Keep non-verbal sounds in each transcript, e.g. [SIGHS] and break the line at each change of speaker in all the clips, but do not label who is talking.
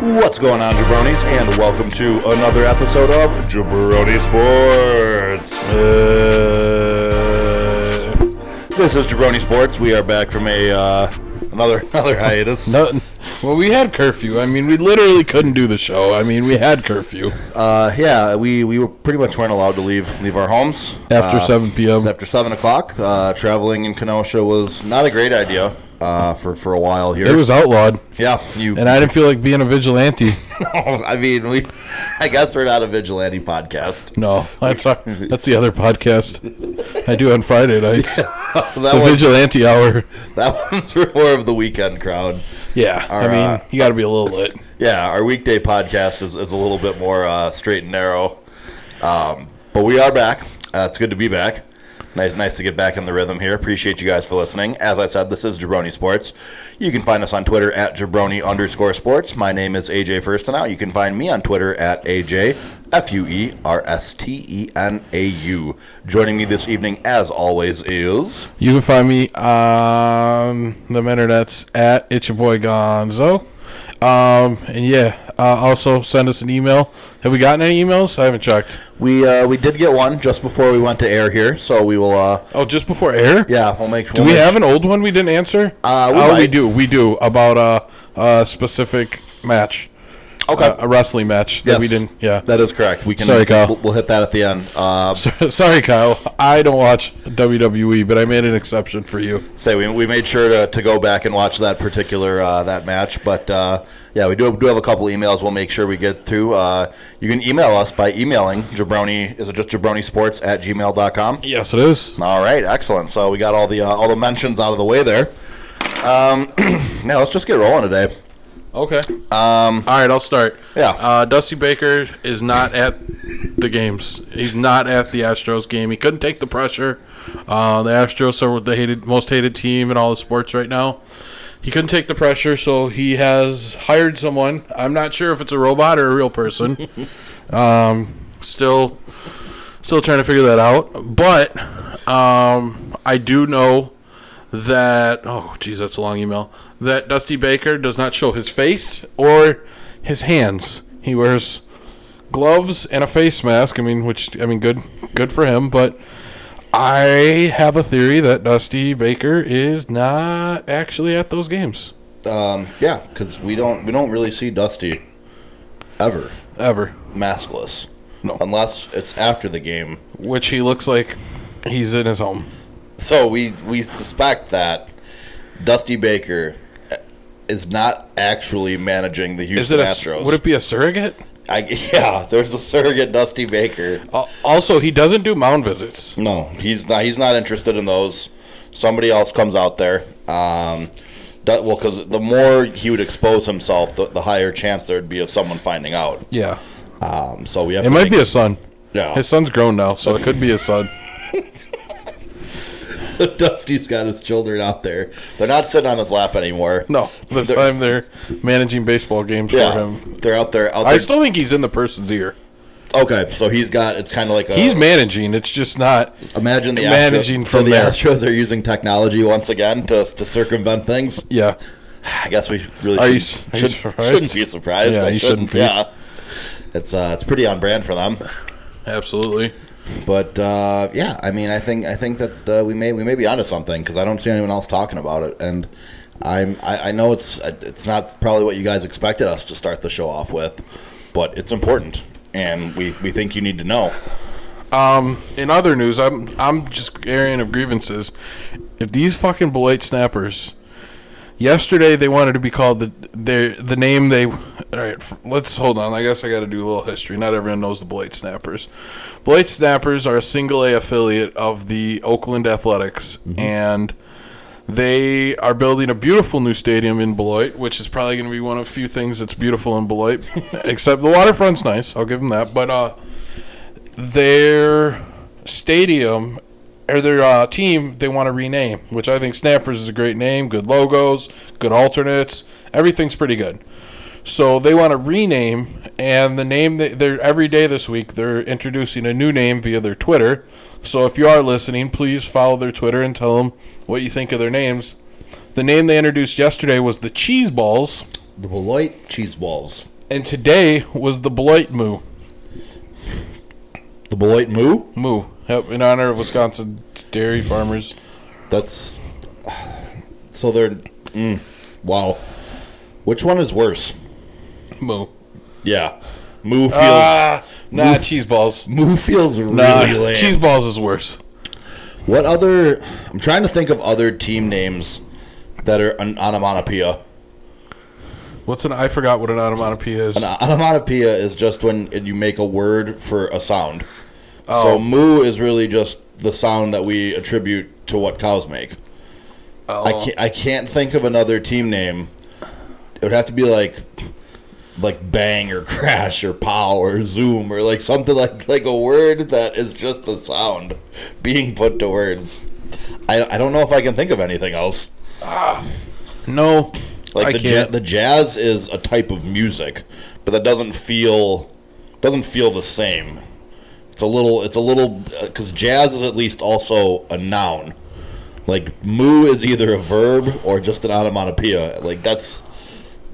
What's going on, jabronis, and welcome to another episode of Jabroni Sports. Uh, this is Jabroni Sports. We are back from a uh, another [LAUGHS] another hiatus.
No, [LAUGHS] well, we had curfew. I mean, we literally couldn't do the show. I mean, we had curfew
Uh, yeah, we, we were pretty much weren't allowed to leave leave our homes
after
Uh,
7 p.m.
It's after seven o'clock. Uh, traveling in Kenosha was not a great idea uh, for for a while here.
It was outlawed,
yeah, you.
and I didn't feel like being a vigilante.
[LAUGHS] I mean, we. I guess we're not a vigilante podcast. [LAUGHS]
No, that's our, that's the other podcast I do on Friday [LAUGHS] nights,
that
the
one,
vigilante hour.
that [LAUGHS] one's for more of the weekend crowd.
Yeah, I mean,
uh,
you got to be a little lit.
Yeah, our weekday podcast is, is a little bit more uh, straight and narrow. Um, but we are back. Uh, it's good to be back. Nice, nice to get back in the rhythm here. Appreciate you guys for listening. As I said, this is Jabroni Sports. You can find us on Twitter at Jabroni underscore sports. My name is AJ Firstenow. You can find me on Twitter at AJ F U E R S T E N A U. Joining me this evening, as always, is
You can find me on the internets at it's your boy Gonzo. Um, and yeah, uh, also send us an email. Have we gotten any emails? I haven't checked.
we uh, we did get one just before we went to air here, so we will. Uh,
Oh, just before air.
yeah, we'll make.
Do we have an old one we didn't answer?
Uh, we
oh, we
might.
do. We do about a, a specific match,
Okay.
a, a wrestling match that we
Yes,
didn't. Yeah.
that is correct. We can.
Sorry, Kyle.
We'll, we'll hit that at the end. Uh,
[LAUGHS] Sorry, Kyle. I don't watch WWE, but I made an exception for you.
say we, we made sure to, to go back and watch that particular uh, that match, but uh, yeah, we do do have a couple emails. We'll make sure we get to. Uh, you can email us by emailing jabroni. Is it just jabronisports at gmail.com?
Yes, it is.
All right, excellent. So we got all the uh, all the mentions out of the way there. Um, [CLEARS THROAT] now let's just get rolling today.
Okay. Um. All right, I'll start.
Yeah.
Uh, Dusty Baker is not at the games. He's not at the Astros game. He couldn't take the pressure. Uh, the Astros are the hated, most hated team in all the sports right now. He couldn't take the pressure, so he has hired someone. I'm not sure if it's a robot or a real person. um, still, still trying to figure that out. But um, I do know that oh geez that's a long email that dusty baker does not show his face or his hands he wears gloves and a face mask i mean which i mean good good for him but i have a theory that dusty baker is not actually at those games
Um, yeah, because we don't we don't really see Dusty ever
ever
maskless, no. unless it's after the game
which he looks like he's in his home
So we we suspect that Dusty Baker is not actually managing the
is
Houston
it a
Astros.
would it be a surrogate
I, yeah, there's a surrogate Dusty Baker.
Al- also he doesn't do mound visits
No, he's not. He's not interested in those. Somebody else comes out there. Um, that, well, because the more he would expose himself, the, the higher chance there would be of someone finding out.
yeah
Um, so we have.
it
to
might be
make-
a son
Yeah.
his son's grown now so it could be his son
so [LAUGHS] Dusty's got his children out there. They're not sitting on his lap anymore.
No, this
They're-
time they're managing baseball games for
Yeah,
him.
they're out there. Out
I
there.
still think he's in the person's ear.
okay, so he's got. It's kind of like a.
He's managing. It's just not.
Imagine the
Managing
Astros. So
from
the
there.
Astros are using technology once again to, to circumvent things.
Yeah,
I guess we really
Are you s-
should,
are you
should,
surprised?
not be surprised.
Yeah,
I
you
shouldn't.
shouldn't be.
Yeah, it's uh, it's pretty on brand for them.
absolutely.
But uh, yeah, I mean, I think I think that uh, we may we may be onto something because I don't see anyone else talking about it, and I'm I, I know it's it's not probably what you guys expected us to start the show off with, but it's important, and we we think you need to know.
Um, In other news, I'm I'm just airing of grievances. If these fucking blight snappers, yesterday they wanted to be called the their the name they. All right, f- let's hold on. I guess I got to do a little history. Not everyone knows the blight snappers. Blight snappers are a single A affiliate of the Oakland Athletics and. They are building a beautiful new stadium in Beloit, which is probably going to be one of the few things that's beautiful in Beloit, [LAUGHS] except the waterfront's nice. I'll give them that. But uh, their stadium or their uh, team they want to rename, which I think Snappers is a great name, good logos, good alternates, everything's pretty good. So they want to rename, and the name that they're every day this week they're introducing a new name via their Twitter. So if you are listening, please follow their Twitter and tell them what you think of their names. The name they introduced yesterday was the Cheese Balls.
The Beloit cheese balls.
And today was the Beloit Moo.
The Beloit Moo?
Moo. Yep, in honor of Wisconsin dairy farmers.
That's. So they're. Mm, wow. Which one is worse?
Moo.
Yeah. Moo feels.
Ah, nah, cheese balls.
Moo feels really
Nah,
lame.
cheese balls is worse.
What other? I'm trying to think of other team names that are an onomatopoeia.
What's an? I forgot what an onomatopoeia is.
An onomatopoeia is just when you make a word for a sound.
Oh.
So moo is really just the sound that we attribute to what cows make. I
Oh.
can't, I can't think of another team name. It would have to be like like bang or crash or pow or zoom or like something like like a word that is just a sound being put to words. I, I don't know if I can think of anything else.
No, I
Like the, ja-
can't.
the jazz is a type of music, but that doesn't feel doesn't feel the same. It's a little it's a little because jazz is at least also a noun. Like moo is either a verb or just an onomatopoeia. Like that's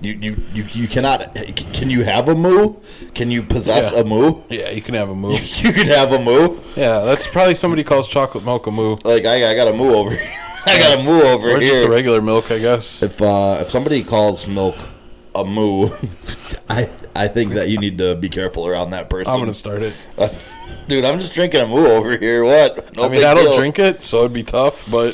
you you you, you cannot can you have a moo? Can you possess
Yeah.
a moo?
yeah, you can have a moo.
[LAUGHS] You can have a moo.
yeah, that's probably somebody calls chocolate milk a moo,
Like I, I got a moo over. [LAUGHS] I got a moo over
or
here.
just the regular milk, I guess.
If uh, if somebody calls milk a moo, [LAUGHS] I I think that you need to be careful around that person.
I'm gonna start it.
[LAUGHS] Dude, I'm just drinking a moo over here. What? No
I mean,
big
I don't
deal.
drink it, so it'd be tough. But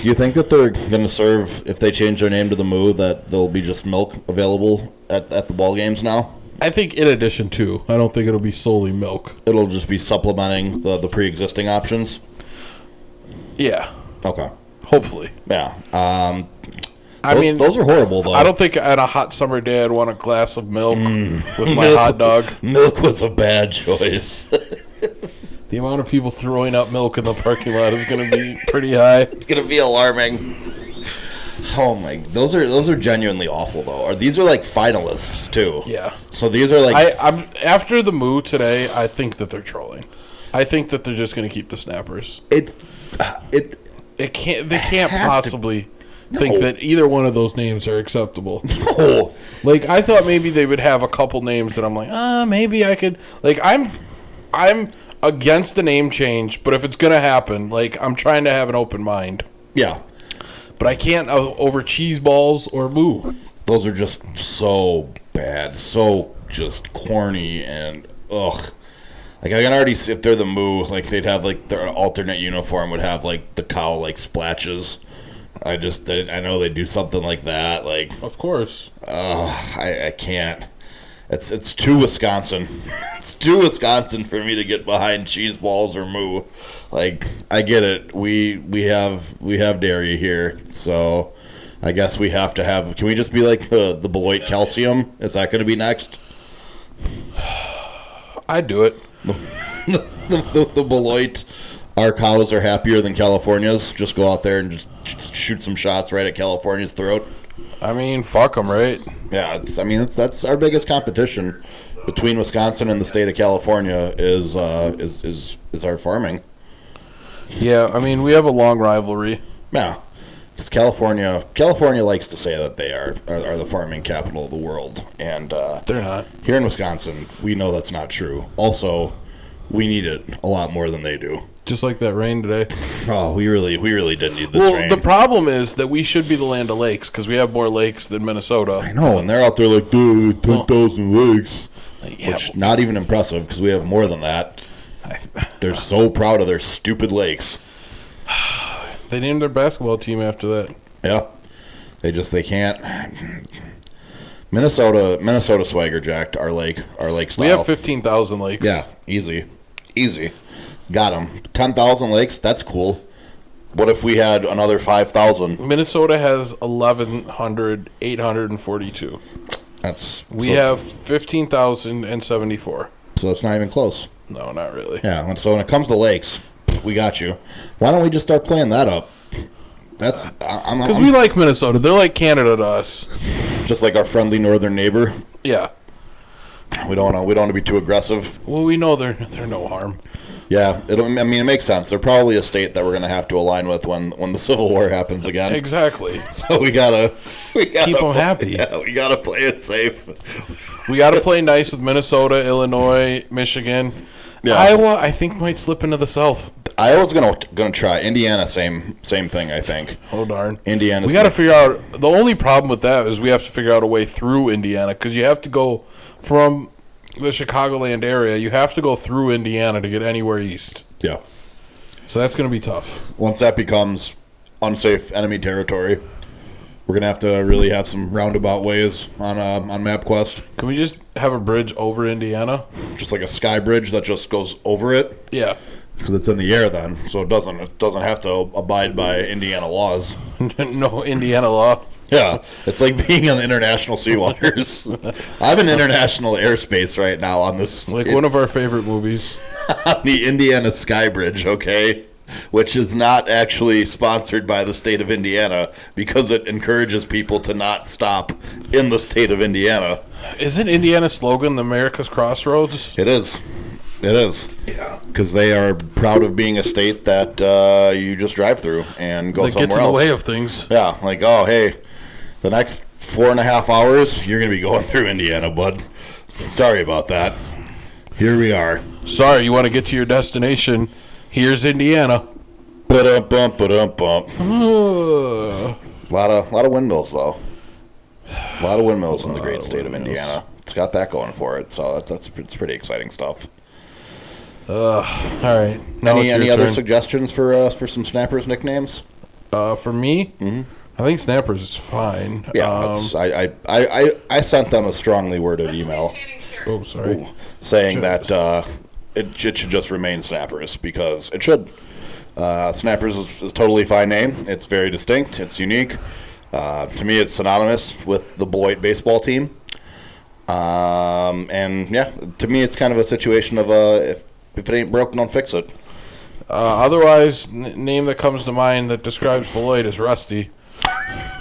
Do you think that they're gonna serve if they change their name to the moo that there'll be just milk available at, at the ball games now?
I think in addition to, I don't think it'll be solely milk.
It'll just be supplementing the the pre existing options.
Yeah,
Okay.
hopefully.
Yeah. Um.
I
those,
mean,
those are horrible though.
I don't think on a hot summer day I'd want a glass of milk
Mm.
with
[LAUGHS]
my hot dog.
Milk was a bad [LAUGHS] choice.
The amount of people throwing up milk in the parking lot is going to be pretty high.
It's gonna be alarming. Oh my! Those are those are genuinely awful though. Are these are like finalists too?
Yeah.
So these are like
I, I'm after the moo today. I think that they're trolling. I think that they're just going to keep the snappers.
it's uh, it.
It can't. They can't
has to-
possibly think that either one of those names are acceptable.
Oh,
Like I thought maybe they would have a couple names that I'm like, ah, maybe I could. Like I'm, I'm against the name change, but if it's gonna happen, like I'm trying to have an open mind.
yeah.
But I can't o- over cheese balls or moo.
Those are just so bad, so just corny and ugh. Like I can already see if they're the moo, like they'd have like their alternate uniform would have like the cow like splatches. I just I I know they do something like that. Like
Of course,
Ugh, I, I can't. It's it's too Wisconsin. [LAUGHS] it's too Wisconsin for me to get behind cheese balls or moo. Like I get it. We we have we have dairy here, so I guess we have to have. Can we just be like the the Beloit Calcium? Is that going to be next?
I'd do it.
The, the, the Beloit. Our cows are happier than California's. Just go out there and just, just shoot some shots right at California's throat.
I mean, fuck them, right?
Yeah, it's, I mean it's, that's our biggest competition between Wisconsin and the state of California is uh, is is is our farming.
Yeah, I mean, we have a long rivalry.
Yeah, because California California likes to say that they are are, are the farming capital of the world, and uh,
They're not.
here in Wisconsin we know that's not true. Also, we need it a lot more than they do.
Just like that rain today.
Oh, we really we really did need this
well,
rain.
the problem is that we should be the land of lakes because we have more lakes than Minnesota.
no, and they're out there like dude, ten thousand leagues,
Yeah,
which not even impressive because we have more than that.
I-
They're so proud of their stupid lakes.
[LAUGHS] they named their basketball team after that.
Yeah. They just they can't. Minnesota Minnesota swagger jacked our lake our lake style.
We have fifteen thousand lakes.
yeah, easy, easy. Got them. Ten thousand lakes. That's cool. What if we had another five thousand?
Minnesota has 1,842.
That's
We
so,
have 15,074.
so it's not even close.
No, not really.
Yeah. And so when it comes to lakes, we got you. Why don't we just start playing that up? That's I- I'm,
Because
I'm
we like Minnesota. They're like Canada to us.
just like our friendly northern neighbor.
Yeah.
We don't want to we don't want to be too aggressive.
Well, we know they're, they're no harm.
Yeah, it'll, I mean, it makes sense. They're probably a state that we're going to have to align with when when the [LAUGHS] Civil War happens again.
Exactly.
[LAUGHS] So we gotta, we gotta
Keep 'em
play-
happy.
[LAUGHS] Yeah, we gotta play it safe.
We got to play nice with Minnesota, Illinois, Michigan.
Yeah.
Iowa, I think, might slip into the South.
Iowa's gonna gonna try Indiana. Same same thing. I think
Oh, darn.
Indiana's
We got to
gonna-
figure out. The only problem with that is we have to figure out a way through Indiana because you have to go from the Chicagoland area. You have to go through Indiana to get anywhere east.
yeah.
So that's going to be tough.
Once that becomes unsafe enemy territory, we're gonna have to really have some roundabout ways on uh, on MapQuest,
Can we just have a bridge over Indiana?
just like a sky bridge that just goes over it
Yeah.
because it's in the air then, so it doesn't it doesn't have to abide by Indiana laws.
[LAUGHS] no Indiana law.
Yeah, it's like being on international seawaters. [LAUGHS] I'm in international airspace right now on this
Like one of our favorite movies.
[LAUGHS] on the Indiana Sky Bridge, okay? Which is not actually sponsored by the state of Indiana because it encourages people to not stop in the state of Indiana.
Isn't Indiana's slogan the America's Crossroads?
It is. It is. Yeah. Because they are proud of being a state that uh, you just drive through and go
That
somewhere
gets in the
else.
way of things.
Yeah, like oh hey, the next four and a half hours you're gonna be going through Indiana, bud. Sorry about that. Here we are.
Sorry, you want to get to your destination. Here's Indiana.
Ba-dum bump, ba-dum bump.
Ugh.
A lot of lot of windmills though. A lot of windmills in the great state of Indiana. It's got that going for it, so that's that's it's pretty exciting stuff.
All right. Now
Any
it's your
any other
turn.
suggestions for uh, for some snappers nicknames?
Uh, for me, I think snappers is fine.
Mm-hmm. Yeah,
Um,
that's, I, I, I, I I sent them a strongly worded email.
oh, sorry.
saying that uh, it, it should just remain Snappers because it should. Uh, Snappers is, is a totally fine name. It's very distinct. It's unique. Uh, to me, it's synonymous with the Beloit baseball team. Um, and yeah, to me, it's kind of a situation of uh, if, if it ain't broke, don't fix it.
Uh, otherwise, n- name that comes to mind that describes Beloit is Rusty.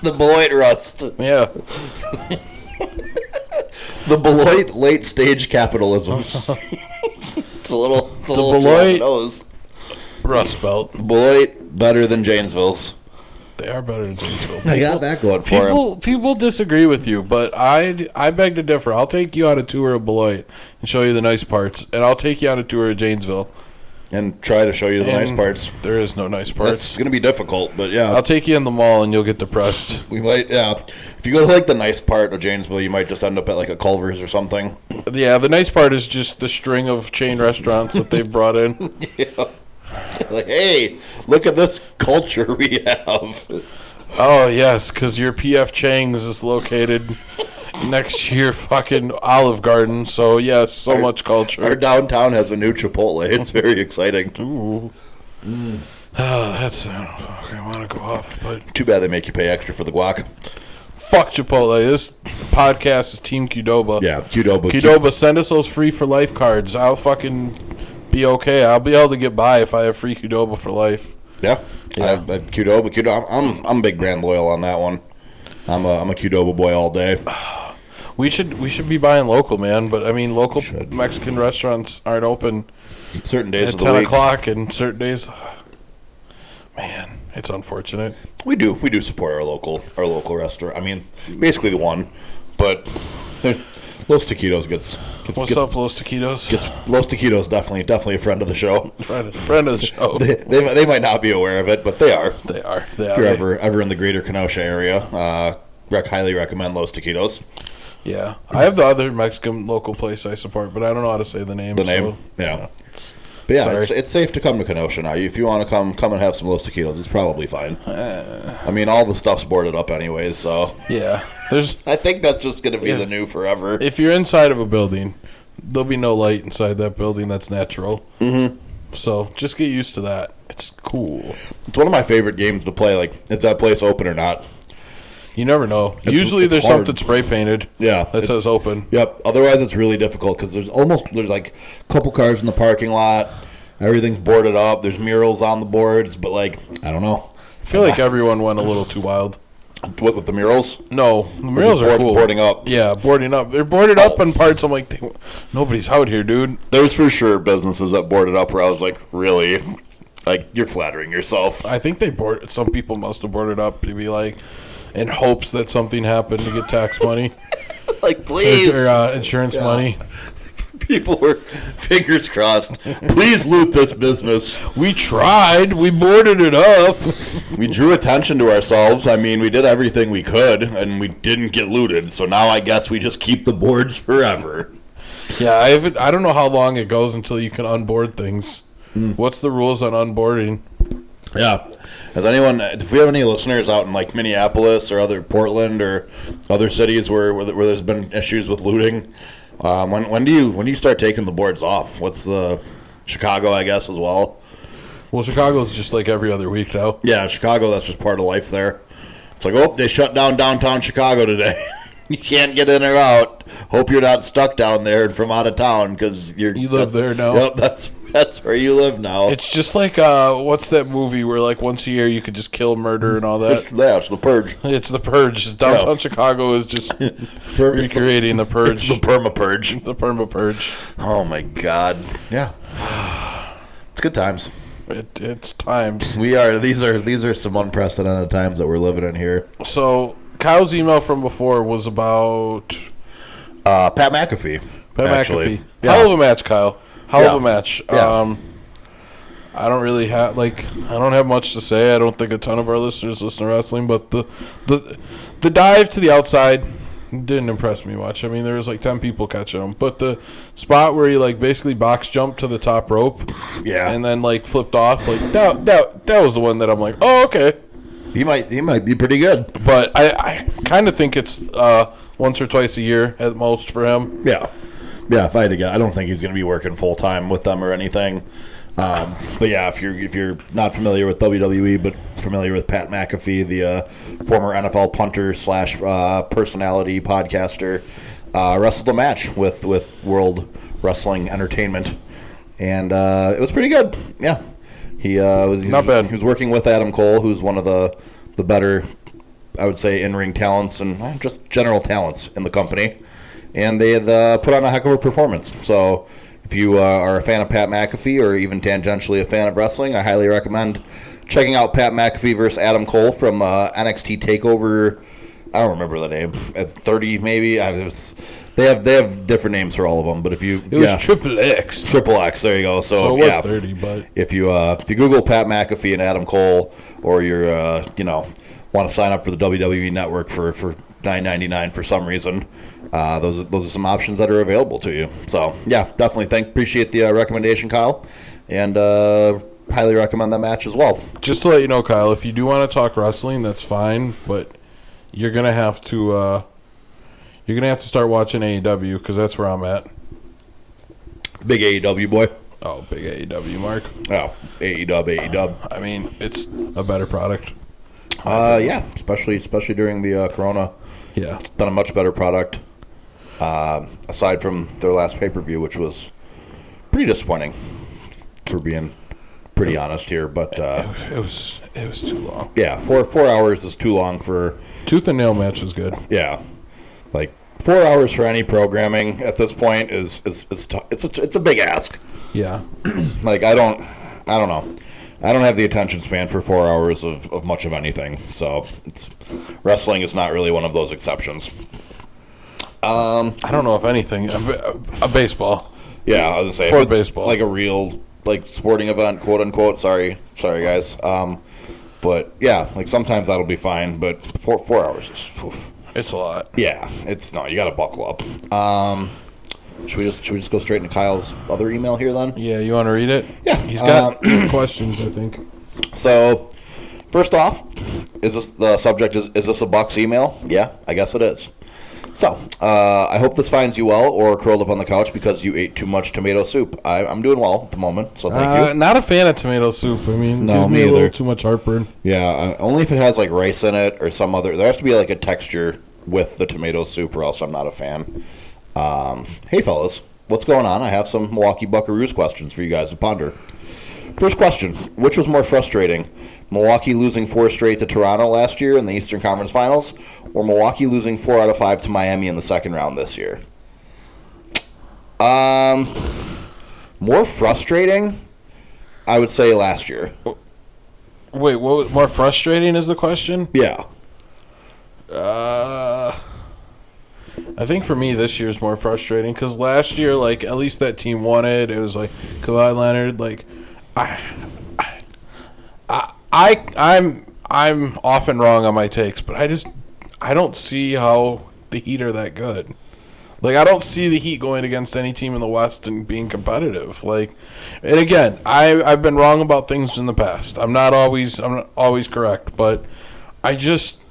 The Beloit rust.
Yeah,
The Beloit late stage
[LAUGHS]
capitalism. it's a little, it's a little too on the
Beloit-
nose.
Rust Belt.
Beloit better than Janesville's.
They are better than Janesville.
I got that going for him.
People, people disagree with you, but I, I beg to differ. I'll take you on a tour of Beloit and show you the nice parts, and I'll take you on a tour of Janesville.
and try to show you the nice
And
parts.
There is no nice
It's
parts.
going to be difficult, but yeah,
I'll take you in the mall, and you'll get depressed.
we might. Yeah, if you go to like the nice part of Janesville, you might just end up at like a Culver's or something. [LAUGHS]
yeah, the nice part is just the string of chain restaurants that they've brought in. [LAUGHS]
like, hey, look at this culture we have.
Oh yes, because your PF Chang's is located next to your fucking Olive Garden. So yes, so much
Our
culture.
downtown has a new Chipotle. It's very exciting.
Ooh. Ah, [SIGHS] that's I don't fucking want to go off, but
Too bad they make you pay extra for the guac.
fuck Chipotle. This podcast is Team Qdoba.
Yeah, Qdoba.
Qdoba, send us those free for life cards. I'll fucking be okay. I'll be able to get by if I have free Qdoba for life.
Yeah, yeah. I, I, Qdoba. Qdoba. I'm, I'm I'm big grand loyal on that one. I'm a I'm a Qdoba boy all day.
We should we should be buying local, man. But I mean, local Mexican restaurants aren't open.
Certain days
at
of the
10
week,
o'clock and certain days. Man, it's unfortunate.
we do we do support our local our local restaurant. I mean, basically the one, but [LAUGHS] Los Taquitos gets gets
What's
gets,
up, Los Taquitos?
gets Los Taquitos definitely definitely a friend of the show.
[LAUGHS]
[LAUGHS]
friend, of- friend of the show.
They, they, they might not be aware of it, but they are. If
[LAUGHS] they are. They are.
you're ever ever in the greater Kenosha area, uh, rec- highly recommend Los Taquitos.
Yeah. I have the other Mexican local place I support, but I don't know how to say the name.
The name, yeah. But yeah,
Sorry.
it's, it's safe to come to Kenosha now. If you want to come, come and have some Los Taquitos. It's probably fine.
Uh.
I mean, all the stuff's boarded up anyways, so
yeah. There's.
I think that's just going to be the new forever.
If you're inside of a building, there'll be no light inside that building. That's natural. Mm-hmm. So just get used to that. It's cool.
It's one of my favorite games to play. Like, is that place open or not?
You never know. Usually
it's
there's
hard.
something spray painted.
Yeah,
That
it's-
says open.
Yep. Otherwise, it's really difficult because there's almost there's like a couple cars in the parking lot. Everything's boarded up. There's murals on the boards, but like I don't know. [LAUGHS]
I feel like everyone went a little too wild.
What with the murals?
No, the murals are
board-
cool.
boarding up.
Yeah, boarding up. They're boarded up in parts. I'm like, they, nobody's out here, dude.
There's for sure businesses that boarded up where I was like, really? Like you're flattering yourself. [LAUGHS]
I think they board. Some people must have boarded up to be like, in hopes that something happened to get tax
[LAUGHS]
money
like
or
please,
uh, insurance money.
people were [LAUGHS] fingers crossed. Please loot this business.
We tried. We boarded it up.
We drew attention to ourselves. I mean, we did everything we could, and we didn't get looted. So now I guess we just keep the boards forever.
yeah, I haven't. I don't know how long it goes until you can unboard things.
Hmm.
What's the rules on unboarding?
Yeah. Has anyone, if we have any listeners out in like Minneapolis or other Portland or other cities where where, where there's been issues with looting, um, when when do you when do you start taking the boards off? What's the Chicago, I guess, as well.
Well, Chicago's just like every other week now.
Yeah, Chicago. That's just part of life there. It's like, oh, they shut down downtown Chicago today. [LAUGHS] you can't get in or out. Hope you're not stuck down there and from out of town because you're
You live
that's-
there now.
Yep, that's that's where you live now.
It's just like uh, what's that movie where like once a year you could just kill, murder, and all
It's-
that. [LAUGHS]
yeah, it's the purge.
It's the purge. Downtown Chicago is
[LAUGHS]
just recreating the
It's
purge,
the perma purge.
[LAUGHS] the perma purge.
Oh my god. Yeah. It's good times.
It, it's times.
We are these are these are some unprecedented times that we're living in here.
So Kyle's email from before was about
Uh, Pat McAfee.
Pat
actually.
McAfee.
Yeah.
Hell of a match, Kyle. Hell
Yeah.
of a match.
Yeah.
Um, I don't really have like I don't have much to say. I don't think a ton of our listeners listen to wrestling, but the the the dive to the outside didn't impress me much. I mean, there was like ten people catching him, but the spot where he like basically box jumped to the top rope,
Yeah.
and then like flipped off, like that that that was the one that I'm like, oh okay.
He might he might be pretty good.
But I, I kind of think it's uh, once or twice a year at most for him.
Yeah. Yeah, if I had to guess, I don't think he's going to be working full time with them or anything. Um, but yeah, if you're if you're not familiar with WWE, but familiar with Pat McAfee, the uh, former NFL punter slash uh, personality podcaster, uh, wrestled a match with with World Wrestling Entertainment, and uh, it was pretty good. Yeah, he uh, was,
Not bad.
He was working with Adam Cole, who's one of the the better, I would say, in ring talents and eh, just general talents in the company and they had, uh, put on a heck of a performance. So, if you uh, are a fan of Pat McAfee or even tangentially a fan of wrestling, I highly recommend checking out Pat McAfee versus Adam Cole from uh, NXT Takeover. I don't remember the name. At thirty, maybe. I was, they have they have different names for all of them. But if you
It was
yeah,
Triple X.
Triple X, there you go. So,
So it was
yeah.
thirty, but
If you uh, if you Google Pat McAfee and Adam Cole, or you're uh, you know want to sign up for the WWE Network for for nine ninety nine for some reason, uh, those are, those are some options that are available to you. So yeah, definitely thank appreciate the uh, recommendation, Kyle, and uh, highly recommend that match as well.
just to let you know, Kyle, if you do want to talk wrestling, that's fine, but you're gonna have to uh, you're gonna have to start watching AEW because that's where I'm at.
Big AEW boy.
Oh, big AEW, Mark.
Oh, AEW, AEW.
I mean, it's a better product.
Uh, yeah, especially especially during the uh, Corona.
Yeah,
done a much better product. Um aside from their last pay per view, which was pretty disappointing, for being pretty honest here. But uh,
it was it was too long.
yeah, four four hours is too long for
Tooth and nail match was good.
yeah, like four hours for any programming at this point is is, is t- it's a, it's a big ask.
Yeah,
Like I don't I don't know. I don't have the attention span for four hours of, of much of anything, so it's, wrestling is not really one of those exceptions.
I don't know if anything a, a baseball.
Yeah, I was gonna say
For
if it's
baseball.
like a real like sporting event, quote unquote. Sorry, sorry guys. Um, but yeah, like sometimes that'll be fine, but four four hours is oof.
It's a lot.
yeah. It's no, you got to buckle up. Um, should we just should we just go straight into Kyle's other email here then?
Yeah, Uh, you want to read it?
Yeah,
He's got [CLEARS THROAT] questions, I think.
So, first off, is this the subject? Is, is this a box email? Yeah, I guess it is. So, uh, I hope this finds you well or curled up on the couch because you ate too much tomato soup. I, I'm doing well at the moment, so thank you.
Uh, not a fan of tomato soup. I mean,
No,
gives me,
me
a little
either.
too much heartburn.
Yeah, uh, only if it has like rice in it or some other. There has to be like a texture with the tomato soup, or else I'm not a fan. Um, hey, fellas, what's going on? I have some Milwaukee Buckaroos questions for you guys to ponder. First question: Which was more frustrating, Milwaukee losing four straight to Toronto last year in the Eastern Conference Finals, or Milwaukee losing four out of five to Miami in the second round this year? Um, more frustrating, I would say last year.
Wait, what was more frustrating is the question?
Yeah,
Uh, I think for me this year's more frustrating because last year, like at least that team won it. It was like Kawhi Leonard. Like I, I, I I'm I'm often wrong on my takes, but I just I don't see how the Heat are that good. Like I don't see the Heat going against any team in the West and being competitive. Like, and again, I I've been wrong about things in the past. I'm not always I'm not always correct, but I just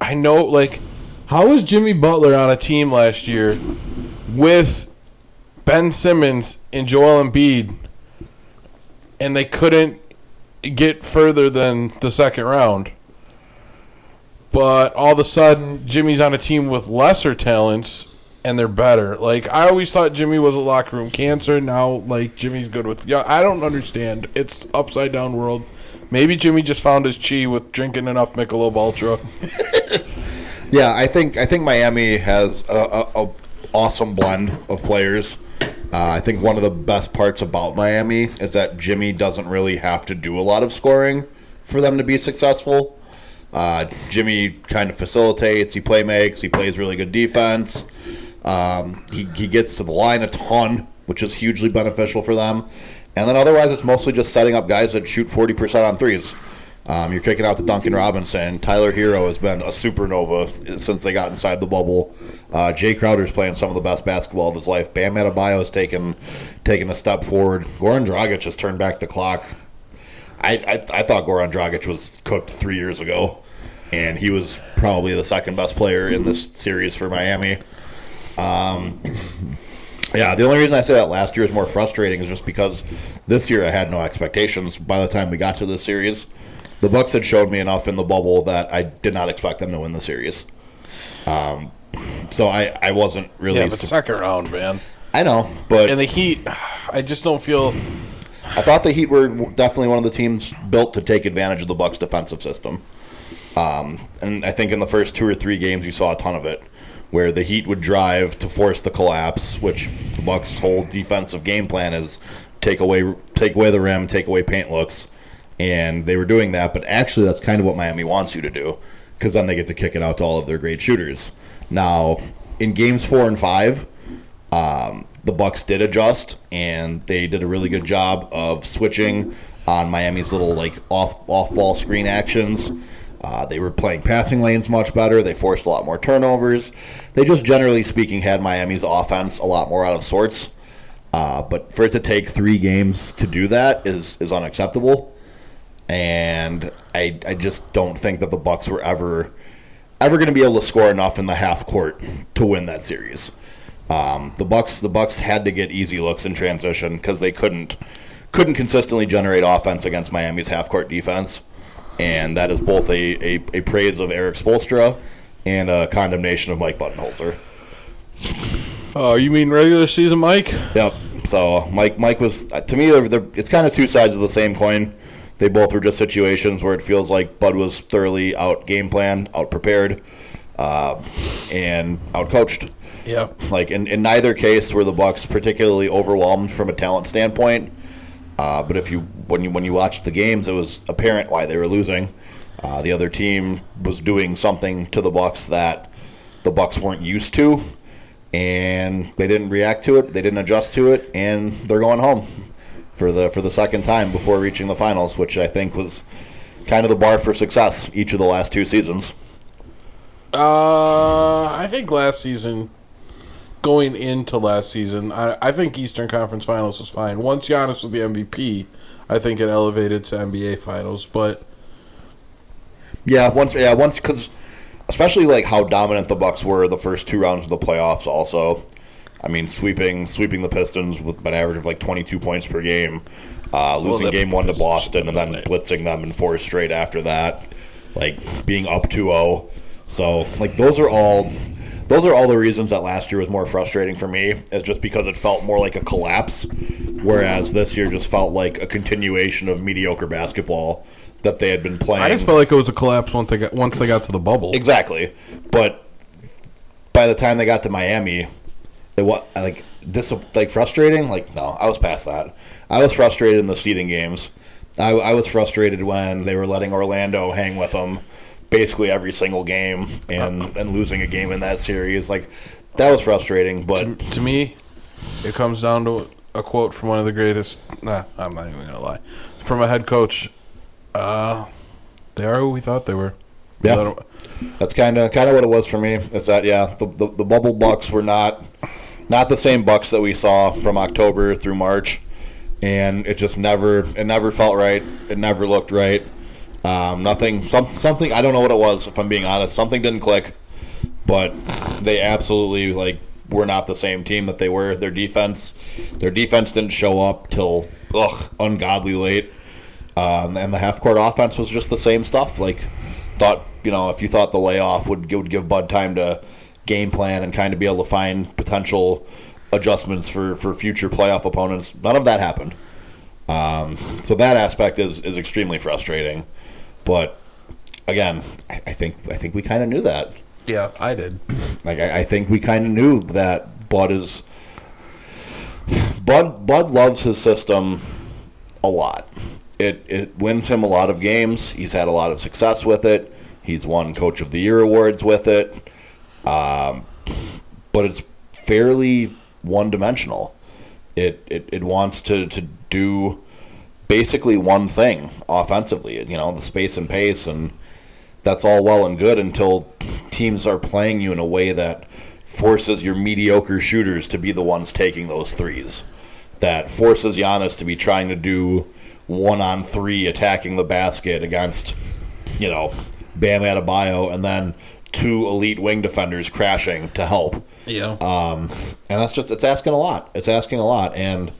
I know like how was Jimmy Butler on a team last year with Ben Simmons and Joel Embiid, and they couldn't get further than the second round. But all of a sudden, Jimmy's on a team with lesser talents, and they're better. Like I always thought, Jimmy was a locker room cancer. Now, like Jimmy's good with yeah. I don't understand. It's upside down world. Maybe Jimmy just found his chi with drinking enough Michelob Ultra.
yeah. I think I think Miami has a, a, a awesome blend of players. Uh, I think one of the best parts about Miami is that Jimmy doesn't really have to do a lot of scoring for them to be successful. Uh, Jimmy kind of facilitates. He play makes. He plays really good defense. Um, he, he gets to the line a ton, which is hugely beneficial for them. And then otherwise, it's mostly just setting up guys that shoot 40% on threes. Um, you're kicking out the Duncan Robinson. Tyler Hero has been a supernova since they got inside the bubble. Uh, Jay Crowder's playing some of the best basketball of his life. Bam Adebayo has taken, taken a step forward. Goran Dragic has turned back the clock. I, I, I thought Goran Dragic was cooked three years ago, and he was probably the second best player in this series for Miami. Um, [CLEARS THROAT] Yeah, the only reason I say that last year is more frustrating is just because this year I had no expectations. By the time we got to this series, the Bucks had showed me enough in the bubble that I did not expect them to win the series. Um, so I, I wasn't really.
Yeah, but
sur-
second round, man.
I know, but
And the Heat, I just don't feel.
I thought the Heat were definitely one of the teams built to take advantage of the Bucks' defensive system. Um, and I think in the first two or three games, you saw a ton of it, where the Heat would drive to force the collapse, which the Bucks' whole defensive game plan is take away take away the rim, take away paint looks, and they were doing that. But actually, that's kind of what Miami wants you to do, because then they get to kick it out to all of their great shooters. Now, in games four and five, um, the Bucks did adjust, and they did a really good job of switching on Miami's little like off off ball screen actions. Uh, they were playing passing lanes much better. They forced a lot more turnovers. They just generally speaking had Miami's offense a lot more out of sorts. Uh, but for it to take three games to do that is is unacceptable and I, I just don't think that the Bucks were ever ever going to be able to score enough in the half court to win that series. Um, the Bucks the Bucks had to get easy looks in transition because they couldn't couldn't consistently generate offense against Miami's half court defense, and that is both a, a, a praise of Eric Spolstra and a condemnation of Mike Buttonholzer.
Oh, you mean regular season, Mike?
Yep. So Mike, Mike was uh, to me, they're, they're, it's kind of two sides of the same coin. They both were just situations where it feels like Bud was thoroughly out game plan, out prepared, uh, and out coached.
Yeah.
Like in, in neither case were the Bucks particularly overwhelmed from a talent standpoint. Uh, but if you when you when you watched the games, it was apparent why they were losing. Uh, the other team was doing something to the Bucks that the Bucks weren't used to, and they didn't react to it. They didn't adjust to it, and they're going home for the for the second time before reaching the finals, which I think was kind of the bar for success each of the last two seasons.
Uh, I think last season, going into last season, I, I think Eastern Conference Finals was fine. Once Giannis was the MVP, I think it elevated to NBA Finals. But
Yeah, once yeah, once because especially like how dominant the Bucks were the first two rounds of the playoffs. Also, I mean sweeping sweeping the Pistons with an average of like twenty two points per game, uh, losing
the
game one to
Pistons
Boston and then blitzing them in four straight after that, like being up 2-0. So like those are all those are all the reasons that last year was more frustrating for me, is just because it felt more like a collapse, whereas this year just felt like a continuation of mediocre basketball that they had been playing.
I just felt like it was a collapse once they got once they got to the bubble.
Exactly. But by the time they got to Miami, it was like this like frustrating. Like no, I was past that. I was frustrated in the seeding games. I, I was frustrated when they were letting Orlando hang with them basically every single game and and losing a game in that series. Like that was frustrating. But
to me, it comes down to a quote from one of the greatest. Nah, I'm not even gonna lie. From a head coach, uh, they are who we thought they were.
Yeah.
I don't-
that's kind of kind of what it was for me. It's that yeah, the, the the bubble bucks were not not the same bucks that we saw from October through March, and it just never it never felt right. It never looked right. Um, nothing some, something I don't know what it was. If I'm being honest, something didn't click. But they absolutely like were not the same team that they were. Their defense, their defense didn't show up till ugh ungodly late. Um, and the half court offense was just the same stuff. Like, thought you know if you thought the layoff would would give Bud time to game plan and kind of be able to find potential adjustments for for future playoff opponents, none of that happened. Um, so that aspect is is extremely frustrating. But again, I, I think I think we kind of knew that.
yeah, I did.
Like I, I think we kind of knew that Bud is Bud Bud loves his system a lot. It it wins him a lot of games. He's had a lot of success with it. He's won Coach of the Year awards with it. Um, but it's fairly one dimensional. It, it it wants to to do basically one thing offensively. You know the space and pace and that's all well and good until teams are playing you in a way that forces your mediocre shooters to be the ones taking those threes. That forces Giannis to be trying to do one on three attacking the basket against, you know, Bam Adebayo and then two elite wing defenders crashing to help
Yeah,
Um, and that's just it's asking a lot. It's asking a lot, and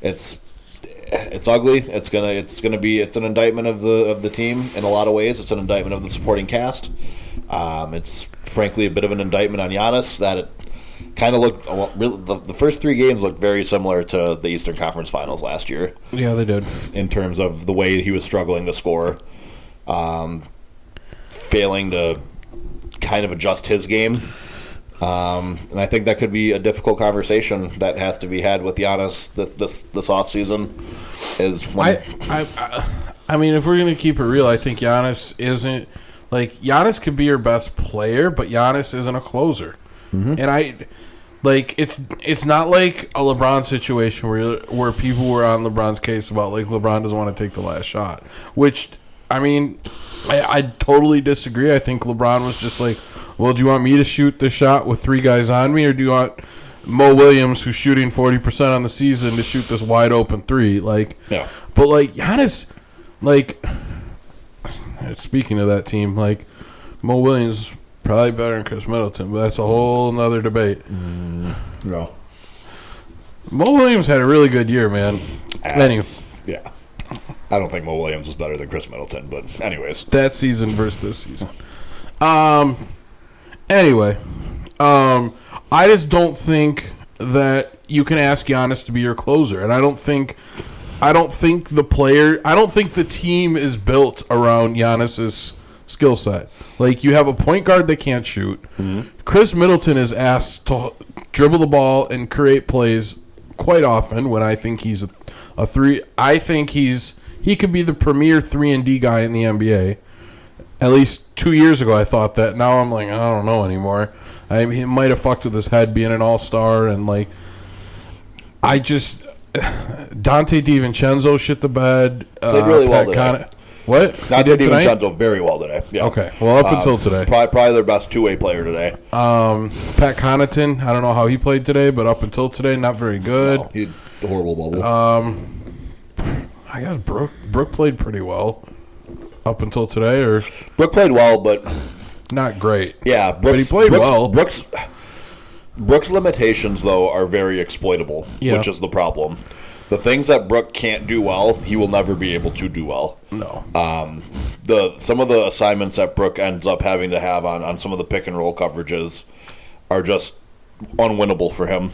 it's it's ugly. It's gonna it's gonna be it's an indictment of the of the team in a lot of ways. It's an indictment of the supporting cast. Um, it's frankly a bit of an indictment on Giannis that it kind of looked a lot, really, the, the first three games looked very similar to the Eastern Conference Finals last year
yeah, they did.
in terms of the way he was struggling to score, um, failing to kind of adjust his game. Um, and I think that could be a difficult conversation that has to be had with Giannis this this, this offseason. Is when,
I, I, I, I mean, if we're gonna keep it real, I think Giannis isn't like Giannis could be your best player, but Giannis isn't a closer. And I, like, it's it's not like a LeBron situation where where people were on LeBron's case about like LeBron doesn't want to take the last shot, which. I mean, I, I totally disagree. I think LeBron was just like, well, do you want me to shoot the shot with three guys on me, or do you want Mo Williams, who's shooting 40% on the season, to shoot this wide open three? Like,
Yeah.
but like Giannis, like [SIGHS] speaking of that team, like Mo Williams is probably better than Chris Middleton, but that's a whole nother debate.
no,
Mo Williams had a really good year, man. Anyway,
yeah, I don't think Mo Williams is better than Chris Middleton, but anyways,
that season versus this season. Um. Anyway, um, I just don't think that you can ask Giannis to be your closer, and I don't think, I don't think the player, I don't think the team is built around Giannis's skill set. Like you have a point guard that can't shoot. Chris Middleton is asked to dribble the ball and create plays quite often. When I think he's a, a three, I think he's he could be the premier three and D guy in the NBA at least two years ago I thought that. Now I'm like, I don't know anymore. I mean, he might have fucked with his head being an all star and like, I just [SIGHS] Dante Divincenzo shit the bed. Uh,
Played really well today.
What He
not
did tonight?
DiVincenzo very well today. Yeah. Uh,
Okay, well up until today,
Probably, probably their best two way player today.
Pat Connaughton. I don't know how he played today, but up until today, not very good.
He, the horrible bubble.
Uh, I guess Brooke Brooke played pretty well up until today, or
Brooke played well, but
not great.
Yeah, Brooks,
he played
Brooks,
well.
Brooks, Brooks' limitations though are very exploitable,
Yeah.
which is the problem. The things that Brooke can't do well, he will never be able to do well.
No,
Uh. The some of the assignments that Brooke ends up having to have on, on some of the pick and roll coverages are just unwinnable for him.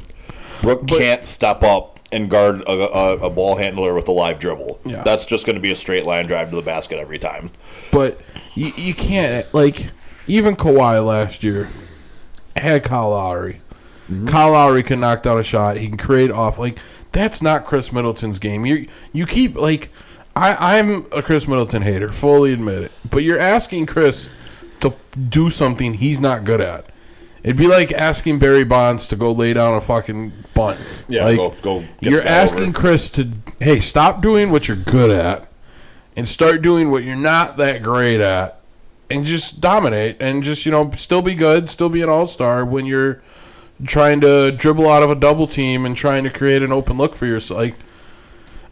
Brooke can't step up and guard a, a, a ball handler with a live dribble.
Yeah.
That's just going to be a straight line drive to the basket every time.
But you, you can't like even Kawhi last year had Kyle Lowry. Kyle Lowry can knock down a shot. He can create off. Like that's not Chris Middleton's game. You you keep like I I'm a Chris Middleton hater. Fully admit it. But you're asking Chris to do something he's not good at. It'd be like asking Barry Bonds to go lay down a fucking bunt.
Yeah,
Like,
go- go get the
You're
guy over.
asking Chris to hey stop doing what you're good at and start doing what you're not that great at and just dominate and just you know still be good still be an all-star when you're trying to dribble out of a double team and trying to create an open look for yourself like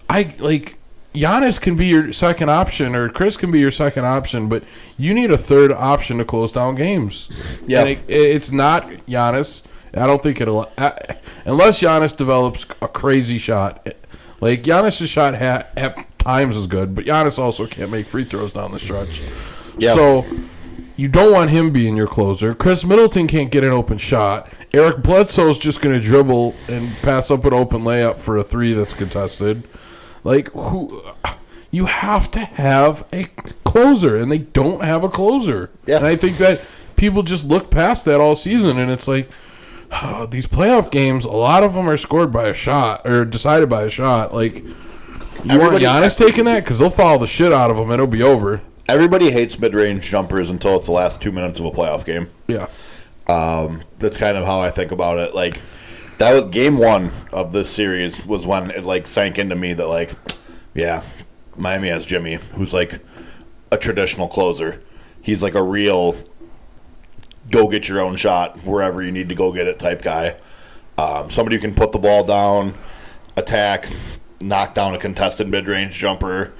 i like Giannis can be your second option, or Chris can be your second option, but you need a third option to close down games.
Yeah.
And it, it- it's not Giannis. I don't think it'll I, unless Giannis develops a crazy shot. Like Giannis's shot ha, at times is good, but Giannis also can't make free throws down the stretch.
Yeah.
So you don't want him being your closer. Chris Middleton can't get an open shot. Eric Bledsoe's just going to dribble and pass up an open layup for a three that's contested. Like who? You have to have a closer, and they don't have a closer.
Yeah.
And I think that people just look past that all season, and it's like oh, these playoff games. A lot of them are scored by a shot or decided by a shot. Like you want
Everybody-
Giannis taking that because they'll follow the shit out of him, and it'll be over.
Everybody hates mid range jumpers until it's the last two minutes of a playoff game.
Yeah.
that's kind of how I think about it. Like that was game one of this series was when it like sank into me that like, yeah, Miami has Jimmy, who's like a traditional closer. He's like a real go get your own shot wherever you need to go get it type guy. Um, somebody who can put the ball down, attack, knock down a contested mid range jumper,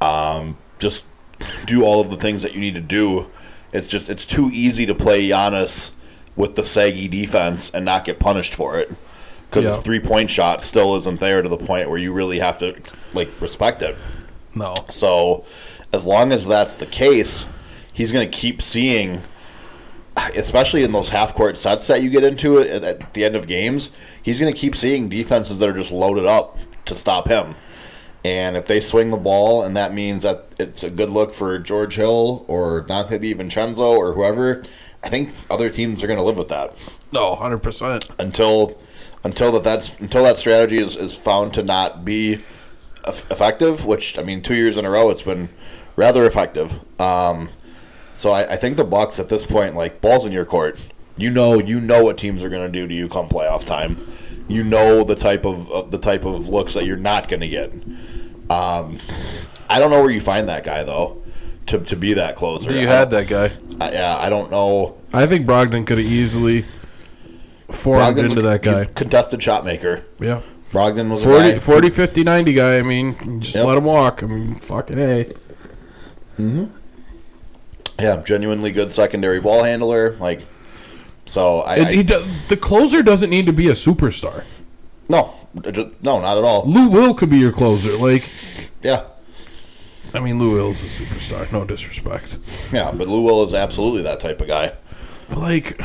um, just do all of the things that you need to do. It's just it's too easy to play Giannis with the saggy defense and not get punished for it because his
Yeah.
three point shot still isn't there to the point where you really have to like respect it.
No.
So, as long as that's the case, he's going to keep seeing, especially in those half court sets that you get into at, at the end of games, he's going to keep seeing defenses that are just loaded up to stop him. And if they swing the ball, and that means that it's a good look for George Hill or Dante DiVincenzo or whoever, I think other teams are going to live with that
No. Hundred percent.
until until that that's until that strategy is, is found to not be eff- effective which i mean two years in a row it's been rather effective um, so I, I think the bucks at this point like balls in your court you know you know what teams are going to do to you come playoff time you know the type of, of the type of looks that you're not going to get um, i don't know where you find that guy though to, to be that closer
You
I
had
don't-
that guy.
I, yeah i don't know
I think Brogdon could have easily formed
Brogdon's
into
a-
that guy.
he's a contested shot maker
Yeah.
Brogdon was a
40,
guy-
40, 50, 90 guy. I mean, just
Yep.
let him walk. I mean, fucking A.
Yeah, genuinely good secondary ball handler. Like, so I,
And
I-
he does, the closer doesn't need to be a superstar.
no, I ju- no, not at all.
Lou Will could be your closer. Like,
Yeah,
I mean, Lou Will's a superstar. No disrespect.
yeah, but Lou Will is absolutely that type of guy.
But, like,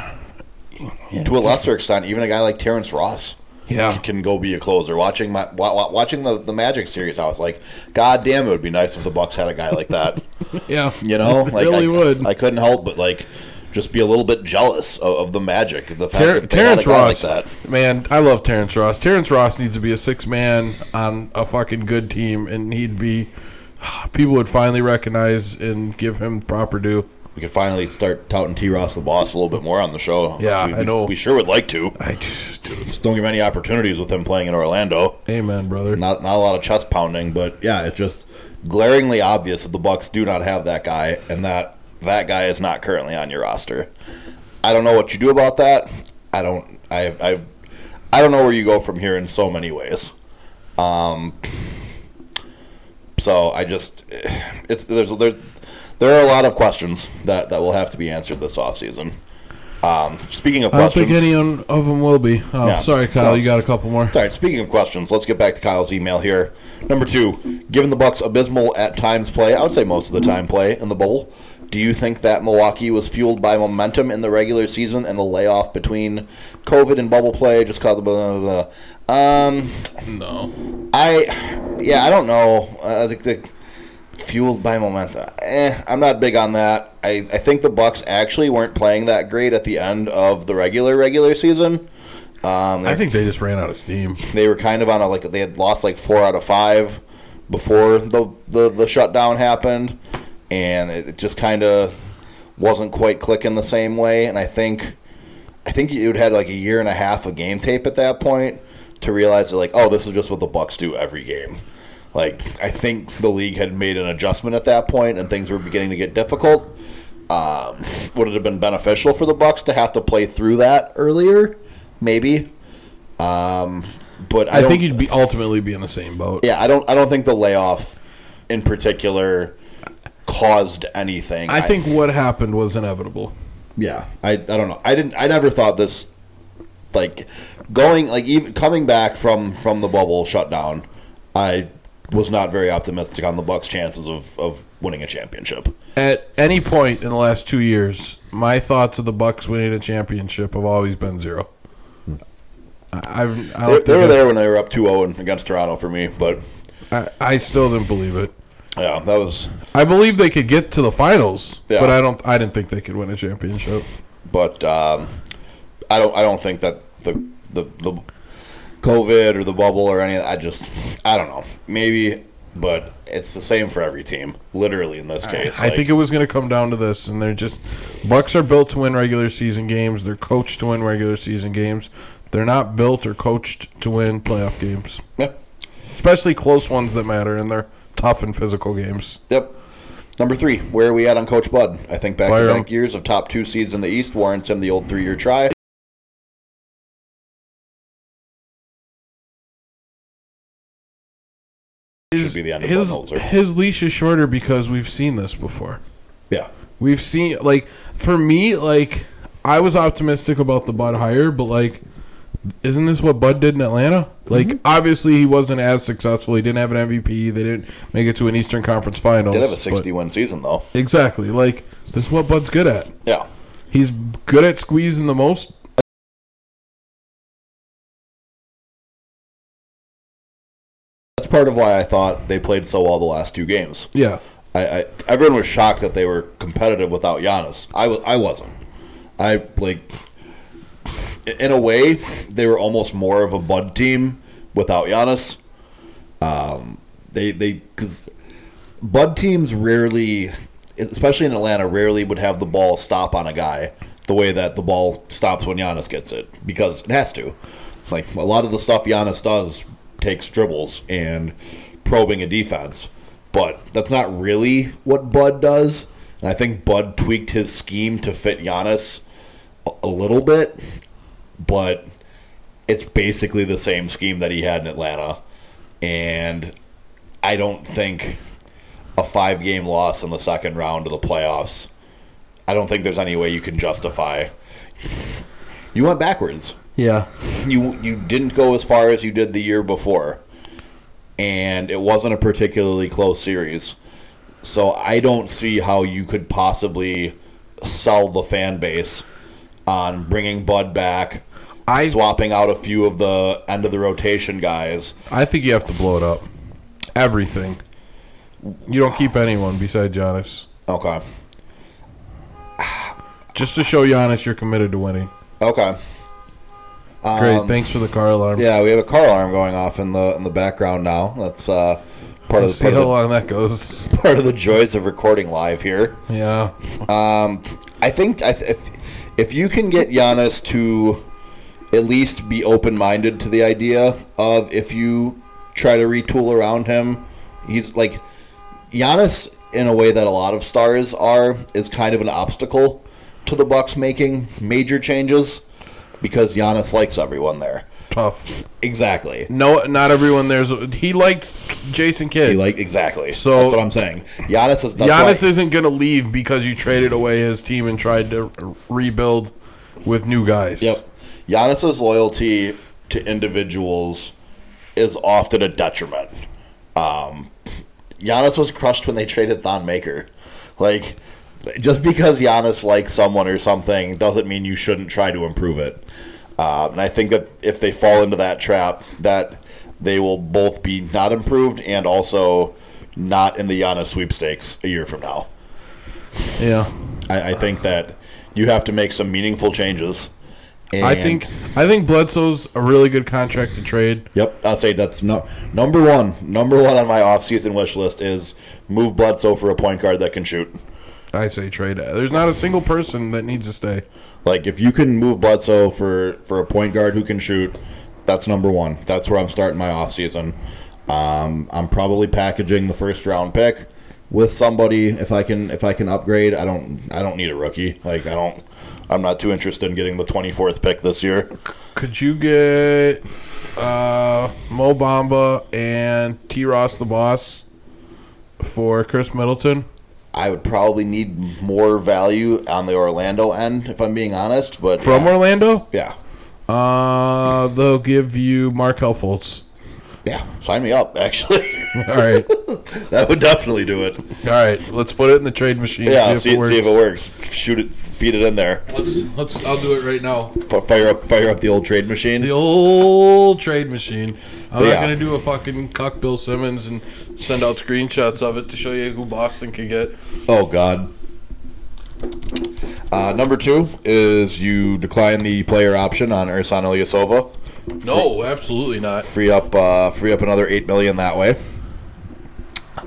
To a lesser extent, even a guy like Terrence Ross
yeah.
can go be a closer. Watching my wa- wa- watching the, the Magic series, I was like, God damn, it would be nice if the Bucks had a guy like
[LAUGHS]
that.
Yeah.
You
[LAUGHS]
know,
It
like
really
I,
would.
I couldn't help but like just be a little bit jealous of, of the Magic. The fact
Ter-
that they had a
Terrence
guy
Ross.
like that.
Man, I love Terrence Ross. Terrence Ross needs to be a six man on a fucking good team, and he'd be. [SIGHS] People would finally recognize and give him proper due.
We could finally start touting T. Ross the boss a little bit more on the show.
Yeah,
we,
I
we-
know.
We sure would like to.
I just, dude.
Just don't give any opportunities with him playing in Orlando.
Amen, brother.
Not not a lot of chest pounding, but yeah, it's just glaringly obvious that the Bucks do not have that guy, and that that guy is not currently on your roster. I don't know what you do about that. I don't. I I I don't know where you go from here in so many ways. Um. So I just it's there's there's there are a lot of questions that that will have to be answered this offseason. Um, speaking of
I don't
questions,
think any un- of them will be. Oh,
No,
sorry, Kyle. You
close.
got a couple more.
All right. Speaking of questions, let's get back to Kyle's email here. Number two, given the Bucks' abysmal at times play, I would say most of the time play in the bowl. Do you think that Milwaukee was fueled by momentum in the regular season and the layoff between COVID and bubble play just caused the blah, blah, blah? Um,
No.
I, yeah, I don't know. I think the fueled by momentum. Eh, I'm not big on that. I, I think the Bucks actually weren't playing that great at the end of the regular regular season. Um,
I think they just ran out of steam.
they were kind of on a like they had lost like four out of five before the the, the shutdown happened, and it just kind of wasn't quite clicking the same way. And I think I think you would had like a year and a half of game tape at that point to realize that like oh this is just what the Bucks do every game. Like I think the league had made an adjustment at that point, and things were beginning to get difficult. Um, would it have been beneficial for the Bucks to have to play through that earlier? Maybe. Um, but I,
I,
don't,
think you'd be ultimately be in the same boat.
yeah, I don't. I don't think the layoff, in particular, caused anything.
I think what happened was inevitable.
Yeah, I. I don't know. I didn't. I never thought this. Like, going like even coming back from from the bubble shutdown, I was not very optimistic on the Bucks' chances of of winning a championship.
At any point in the last two years, my thoughts of the Bucks winning a championship have always been zero. I, I've, I,
They,
don't
they were
think
there when they were up 2-0 and against Toronto for me, but
I, I still didn't believe it.
yeah, that was.
I believe they could get to the finals,
Yeah.
but I don't. I didn't think they could win a championship.
But um, I don't. I don't think that the the the COVID or the bubble or any. I just. I don't know. Maybe, but it's the same for every team. Literally, in this case,
I think it was going to come down to this, and they're just Bucks are built to win regular season games. They're coached to win regular season games. They're not built or coached to win playoff games,
Yep.
especially close ones that matter, and they're tough and physical games.
Yep. Number three, where are we at on Coach Bud? I think back
Fire
to
him.
back years of top two seeds in the East warrants him the old three year try.
His,
be the end of
his,
Budenholzer.
his leash is shorter because we've seen this before.
Yeah.
We've seen like for me, like I was optimistic about the Bud hire, but like isn't this what Bud did in Atlanta? Like
Mm-hmm.
obviously he wasn't as successful. He didn't have an MVP. They didn't make it to an Eastern Conference Finals.
Did have a
but-
60 win season, though.
exactly. Like this is what Bud's good at.
Yeah.
He's good at squeezing the most.
That's part of why I thought they played so well the last two games.
Yeah.
I, I everyone was shocked that they were competitive without Giannis. I was I wasn't. I like in a way they were almost more of a Bud team without Giannis. Um, they they because Bud teams rarely, especially in Atlanta, rarely would have the ball stop on a guy the way that the ball stops when Giannis gets it because it has to. Like a lot of the stuff Giannis does takes dribbles and probing a defense, but that's not really what Bud does. And I think Bud tweaked his scheme to fit Giannis a- a little bit, but it's basically the same scheme that he had in Atlanta. And I don't think a five game loss in the second round of the playoffs. I don't think there's any way you can justify. You went backwards.
Yeah.
You you didn't go as far as you did the year before. And it wasn't a particularly close series. So I don't see how you could possibly sell the fan base on bringing Bud back,
I-
swapping out a few of the end of the rotation guys.
I think you have to blow it up. Everything. You don't keep anyone beside Giannis.
Okay.
Just to show Giannis you're committed to winning.
Okay. Um,
Great. thanks for the car alarm.
Yeah, we have a car alarm going off in the in the background now. That's uh, part of
Let's
the,
see
part,
how
of
long that goes.
the, part of the joys of recording live here.
Yeah.
I think I th- if, if you can get Giannis to at least be open minded to the idea of if you try to retool around him, he's like Giannis in a way that a lot of stars are is kind of an obstacle to the Bucks making major changes because Giannis likes everyone there.
Tough.
Exactly.
No, not everyone there's. He liked Jason Kidd.
He like exactly.
So-
that's what I'm saying. Giannis is. That's
Giannis
why,
isn't going to leave because you traded away his team and tried to r- rebuild with new guys.
Yep. Giannis's loyalty to individuals is often a detriment. Um, Giannis was crushed when they traded Thon Maker. Like, just because Giannis likes someone or something doesn't mean you shouldn't try to improve it. Uh, and I think that if they fall into that trap, that they will both be not improved and also not in the Giannis sweepstakes a year from now.
Yeah.
I, I think that you have to make some meaningful changes. And
I think I think Bledsoe's a really good contract to trade.
Yep, I'll say that's no, number one. Number one on my offseason wish list is move Bledsoe for a point guard that can shoot.
I say trade. There's not a single person that needs to stay.
Like if you can move Bledsoe for for a point guard who can shoot, that's number one. That's where I'm starting my offseason. Um, I'm probably packaging the first round pick with somebody if I can if I can upgrade. I don't I don't need a rookie. Like I don't. I'm not too interested in getting the 24th pick this year.
Could you get uh, Mo Bamba and T Ross the Boss for Chris Middleton?
I would probably need more value on the Orlando end, if I'm being honest. But
From Orlando?
yeah,
Uh, they'll give you Markel Fultz.
yeah, sign me up. Actually,
[LAUGHS] All right.
[LAUGHS] that would definitely do it.
All right. Let's put it in the trade machine. and
Yeah, see, see if it works. Shoot it, feed it in there.
Let's, let's, I'll do it right now.
F- Fire up, fire up the old trade machine.
The old trade machine. I'm
Yeah.
not going to do a fucking cuck Bill Simmons and send out screenshots of it to show you who Boston could get.
Oh God. Uh, number two is you decline the player option on Ursan Ilyasova.
No, absolutely not.
Free up, uh, free up another eight million that way.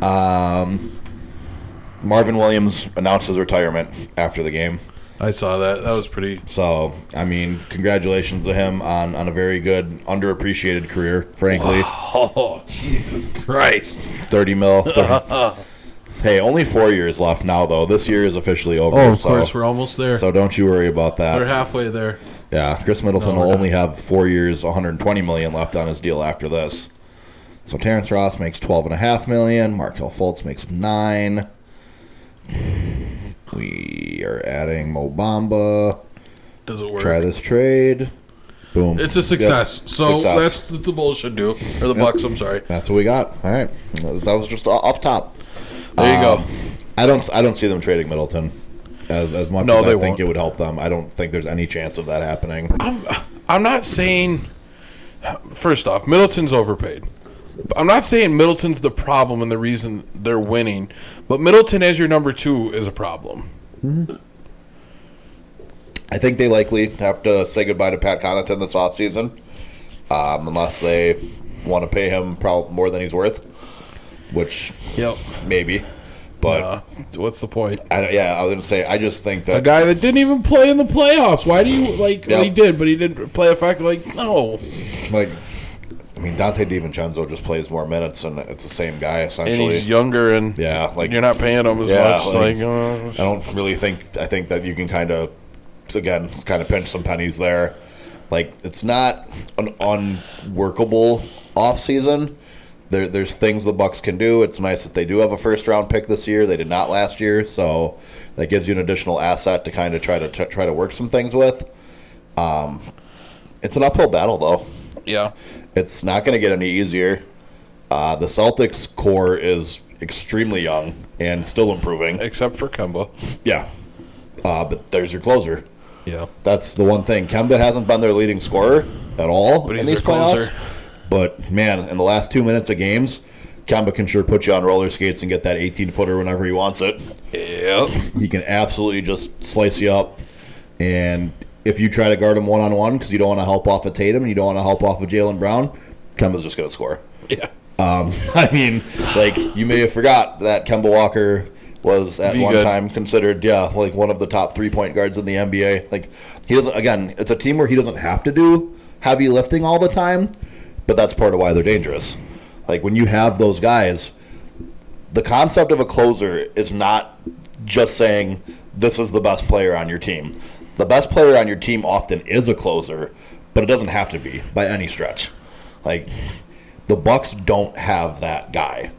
Um, Marvin Williams announced his retirement after the game.
I saw that. That was pretty.
So, I mean, congratulations to him on, on a very good, underappreciated career, frankly.
Oh, Jesus Christ.
30 mil. 30. hey, only four years left now, though. This year is officially over.
Oh, of
so,
course. We're almost there.
so don't you worry about
We're
that.
halfway there.
Yeah, Chris Middleton
No, we're
will
not.
only have four years, 120 million left on his deal after this. So Terrence Ross makes 12.5 million. Markel Fultz makes nine. We are adding Mobamba.
Doesn't work.
Try this trade. Boom.
It's a
Yep.
success. So
Success.
that's what the Bulls should do. Or the Bucks, I'm sorry.
That's what we got. All right, that was just off top.
There you
Um,
go.
I don't. I don't see them trading Middleton as as much
No,
as I
they
think
won't.
it would help them. I don't think there's any chance of that happening.
I'm I'm not saying first off, Middleton's overpaid. I'm not saying Middleton's the problem and the reason they're winning, but Middleton as your number 2 is a problem.
I think they likely have to say goodbye to Pat Connaughton this offseason, um, unless they want to pay him probably more than he's worth, which
Yep.
maybe. But
Uh, what's the point?
I don't yeah, I was gonna say I just think
A
that
guy that didn't even play in the playoffs. Why do you like well, he
Yep.
did, but he didn't play a fact like no.
like. I mean, Dante DiVincenzo just plays more minutes, and it's the same guy
And
essentially.
he's younger and
Yeah, like-
you're not paying him as
Yeah,
much
like-
like, uh,
I don't really think. I think that you can kind of, again, kind of pinch some pennies there. Like it's not an unworkable off season. There, there's things the Bucks can do. It's nice that they do have a first round pick this year. They did not last year, so that gives you an additional asset to kind of try to try to work some things with. Um, it's an uphill battle though.
yeah.
It's not going to get any easier. Uh, the Celtics core is extremely young and still improving.
Except for Kemba.
Yeah. Uh, but there's your closer.
Yeah.
That's the one thing. Kemba hasn't been their leading scorer at all
But
in
he's
these
their
playoffs.
closer.
But man, in the last two minutes of games, Kemba can sure put you on roller skates and get that 18 footer whenever he wants it.
Yep.
He can absolutely just slice you up. And if you try to guard him one on one because you don't want to help off of Tatum and you don't want to help off of Jalen Brown, Kemba's just going to score.
Yeah.
[LAUGHS] I mean, like you may have forgot that Kemba Walker was at
Be
one
good.
time considered, yeah, like one of the top three point guards in the NBA. Like he doesn't. Again, it's a team where he doesn't have to do heavy lifting all the time, but that's part of why they're dangerous. Like when you have those guys, the concept of a closer is not just saying this is the best player on your team. The best player on your team often is a closer, but it doesn't have to be by any stretch. Like the Bucks don't have that guy.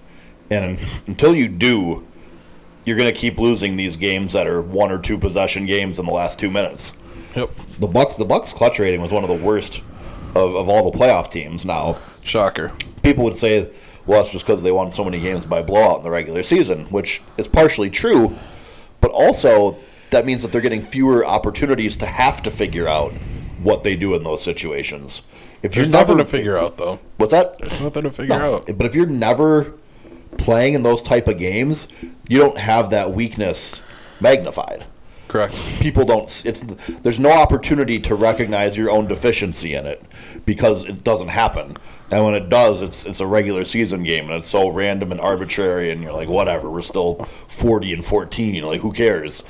And [LAUGHS] until you do, you're going to keep losing these games that are one or two possession games in the last 2 minutes.
Yep.
the Bucks. The Bucks clutch rating was one of the worst of, of all the playoff teams. Now,
Shocker.
people would say, well, it's just because they won so many games by blowout in the regular season, which is partially true, but also that means that they're getting fewer opportunities to have to figure out what they do in those situations. If you're
There's nothing
never,
to figure out, though.
what's that?
Nothing to figure out.
But if you're never playing in those type of games, you don't have that weakness magnified.
Correct.
People don't. It's there's no opportunity to recognize your own deficiency in it because it doesn't happen. And when it does, it's it's a regular season game and it's so random and arbitrary. And you're like, whatever. We're still forty and fourteen. Like, who cares?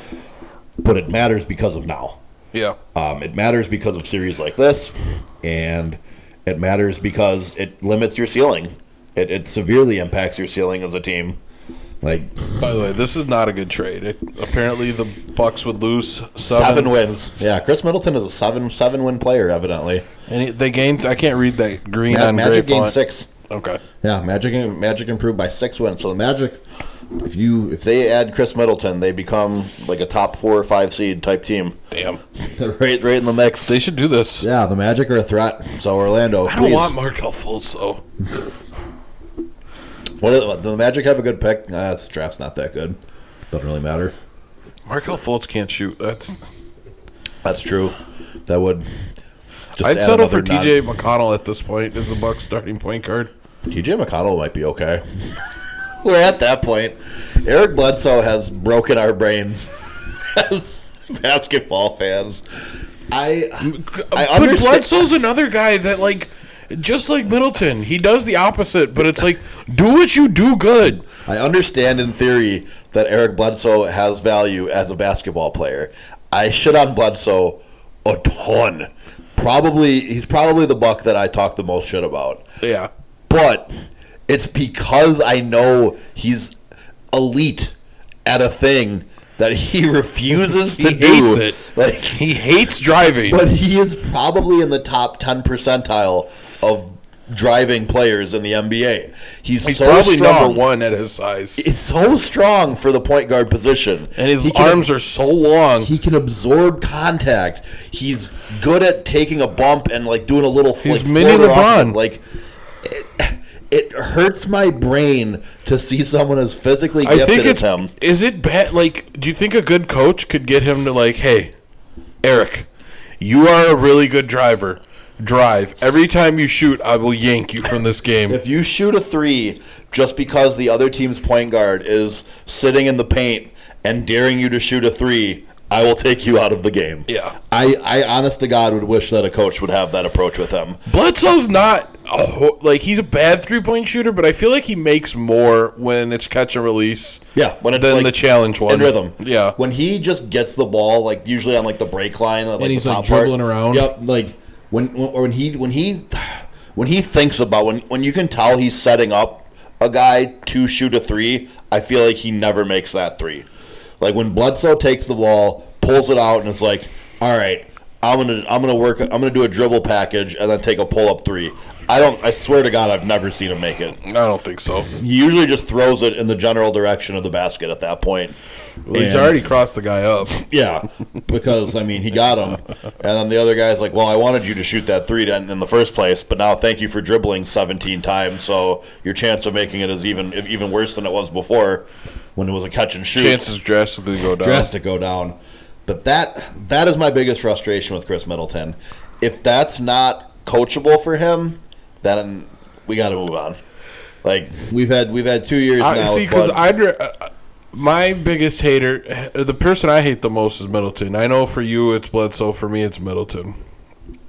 But it matters because of now.
Yeah.
Um, it matters because of series like this, and it matters because it limits your ceiling. It, it severely impacts your ceiling as a team. Like
By the way, this is not a good trade. It, apparently, the Bucks would lose seven,
seven, wins. Yeah, Chris Middleton is a seven seven win player, evidently.
and he- they gained. I can't read that green
Ma-
on gray
Magic game
font.
six.
Okay.
Yeah, Magic Magic improved by six wins. So the Magic, if you if they add Chris Middleton, they become like a top four or five seed type team.
Damn.
They're [LAUGHS] right right in the mix.
They should do this.
yeah, the Magic are a threat. So Orlando,
I don't
please.
want Markel Fultz though.
What are, do the Magic have a good pick? Nah, this draft's not that good. Doesn't really matter.
Markel Fultz can't shoot. That's.
That's true. That would. Just
I'd
add
settle for
another non-
TJ McConnell at this point as the Bucks starting point guard.
TJ McConnell might be okay. [LAUGHS] We're at that point. Eric Bledsoe has broken our brains [LAUGHS] as basketball fans. I I
but
understand-
Bledsoe's another guy that like. Just like Middleton, he does the opposite, but it's like, do what you do good.
I understand in theory that Eric Bledsoe has value as a basketball player. I shit on Bledsoe a ton. Probably he's probably the buck that I talk the most shit about.
Yeah.
but it's because I know he's elite at a thing that he [LAUGHS] refuses to
He
do.
hates it.
Like,
He hates driving.
but he is probably in the top ten percentile of driving players in the NBA. He's,
He's
so
probably
strong.
number one at his size.
He's so strong for the point guard position,
and his
He can-
arms are so long.
He can absorb contact. He's good at taking a bump and like doing a little.
He's
like,
mini
floater off
LeBron.
it. Like it, it hurts my brain to see someone as physically
I
gifted
think it's
as him.
Is it bad? Like, do you think a good coach could get him to like, hey, Eric, you are a really good driver. Drive every time you shoot, I will yank you from this game.
If you shoot a three just because the other team's point guard is sitting in the paint and daring you to shoot a three, I will take you out of the game.
Yeah.
I, I honest to God would wish that a coach would have that approach with him.
Bledsoe's not a ho- like he's a bad three point shooter, but I feel like he makes more when it's catch and release.
Yeah, when it's
than
like
the challenge one
in rhythm.
Yeah,
when he just gets the ball, like usually on like the break line, like,
he's,
the
like,
top part.
dribbling around.
Yep, like when when, or when he when he when he thinks about when when you can tell he's setting up a guy to shoot a three. I feel like he never makes that three. Like when Bledsoe takes the ball, pulls it out, and it's like, all right. I'm gonna I'm gonna work I'm gonna do a dribble package and then take a pull up three. I don't I swear to God I've never seen him make it
I don't think so.
he usually just throws it in the general direction of the basket at that point.
He's
And-
already crossed the guy up.
yeah, because I mean he got him, and then the other guy's like, "Well, I wanted you to shoot that three in, in the first place, but now thank you for dribbling 17 times, so your chance of making it is even even worse than it was before when it was a catch and shoot."
Chances drastically go down.
drastic go down. But that that is my biggest frustration with Chris Middleton. If that's not coachable for him, then we got to move on. Like we've had we've had two years
I,
now.
see,
with
because
Bud.
I'd. Re- uh, my biggest hater, the person I hate the most is Middleton. I know for you it's Bledsoe, for me it's Middleton.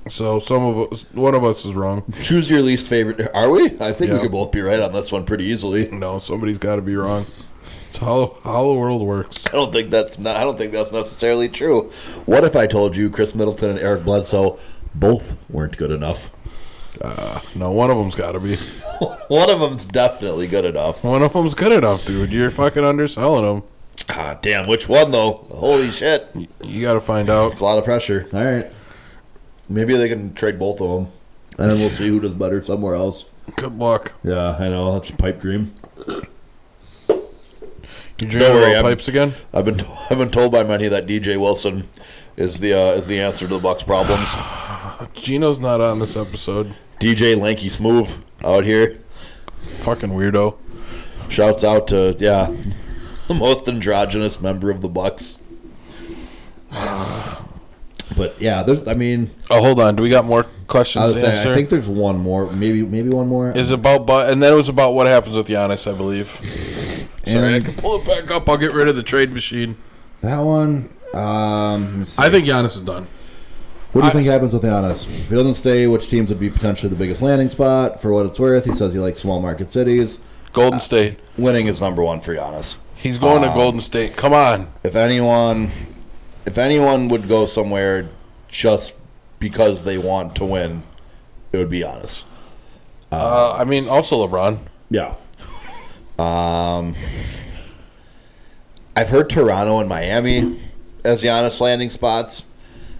So some of us, one of us is wrong.
Choose your least favorite. Are we? I think we
Yeah.
could both be right on this one pretty easily. I
No, somebody's got to be wrong. It's how how the world works.
don't think that's not. I don't think that's necessarily true. What if I told you Chris Middleton and Eric Bledsoe both weren't good enough? [LAUGHS]
No, one of them's got to be.
One of them's definitely good enough.
One of them's good enough, dude. You're fucking underselling
Ah, damn. Which one though? Holy shit!
them. You got to find out.
It's a lot of pressure. All right. Maybe they can trade both of them, and then we'll see who does better somewhere else.
Good luck.
Yeah, I know that's a pipe dream.
You drinking
Don't worry,
little
I'm-
pipes again?
I've been [LAUGHS] I've been told by many that DJ Wilson is the uh, is the answer to the Bucks' problems.
Gino's not on this episode.
DJ Lanky Smooth out here.
Fucking weirdo.
Shouts out to yeah, [LAUGHS] the most androgynous member of the Bucks. [SIGHS] But yeah, there's. I mean,
Oh, hold on. Do we got more questions
I
to
was saying,
answer?
I think there's one more, maybe maybe one more.
is about but and then it was about what happens with Giannis, I believe. Sorry, I
And-
can pull it back up. I'll get rid of the trade machine.
that one? Um, let me see.
I think Giannis is done.
What do you think happens with Giannis? If he doesn't stay, which teams would be potentially the biggest landing spot? For what it's worth, he says he likes small market cities.
Golden State.
Winning is number one for Giannis.
He's going to Golden State. Come on.
If anyone, if anyone would go somewhere just because they want to win, it would be Giannis.
Uh, I mean, also LeBron.
Yeah. Um, I've heard Toronto and Miami as Giannis landing spots.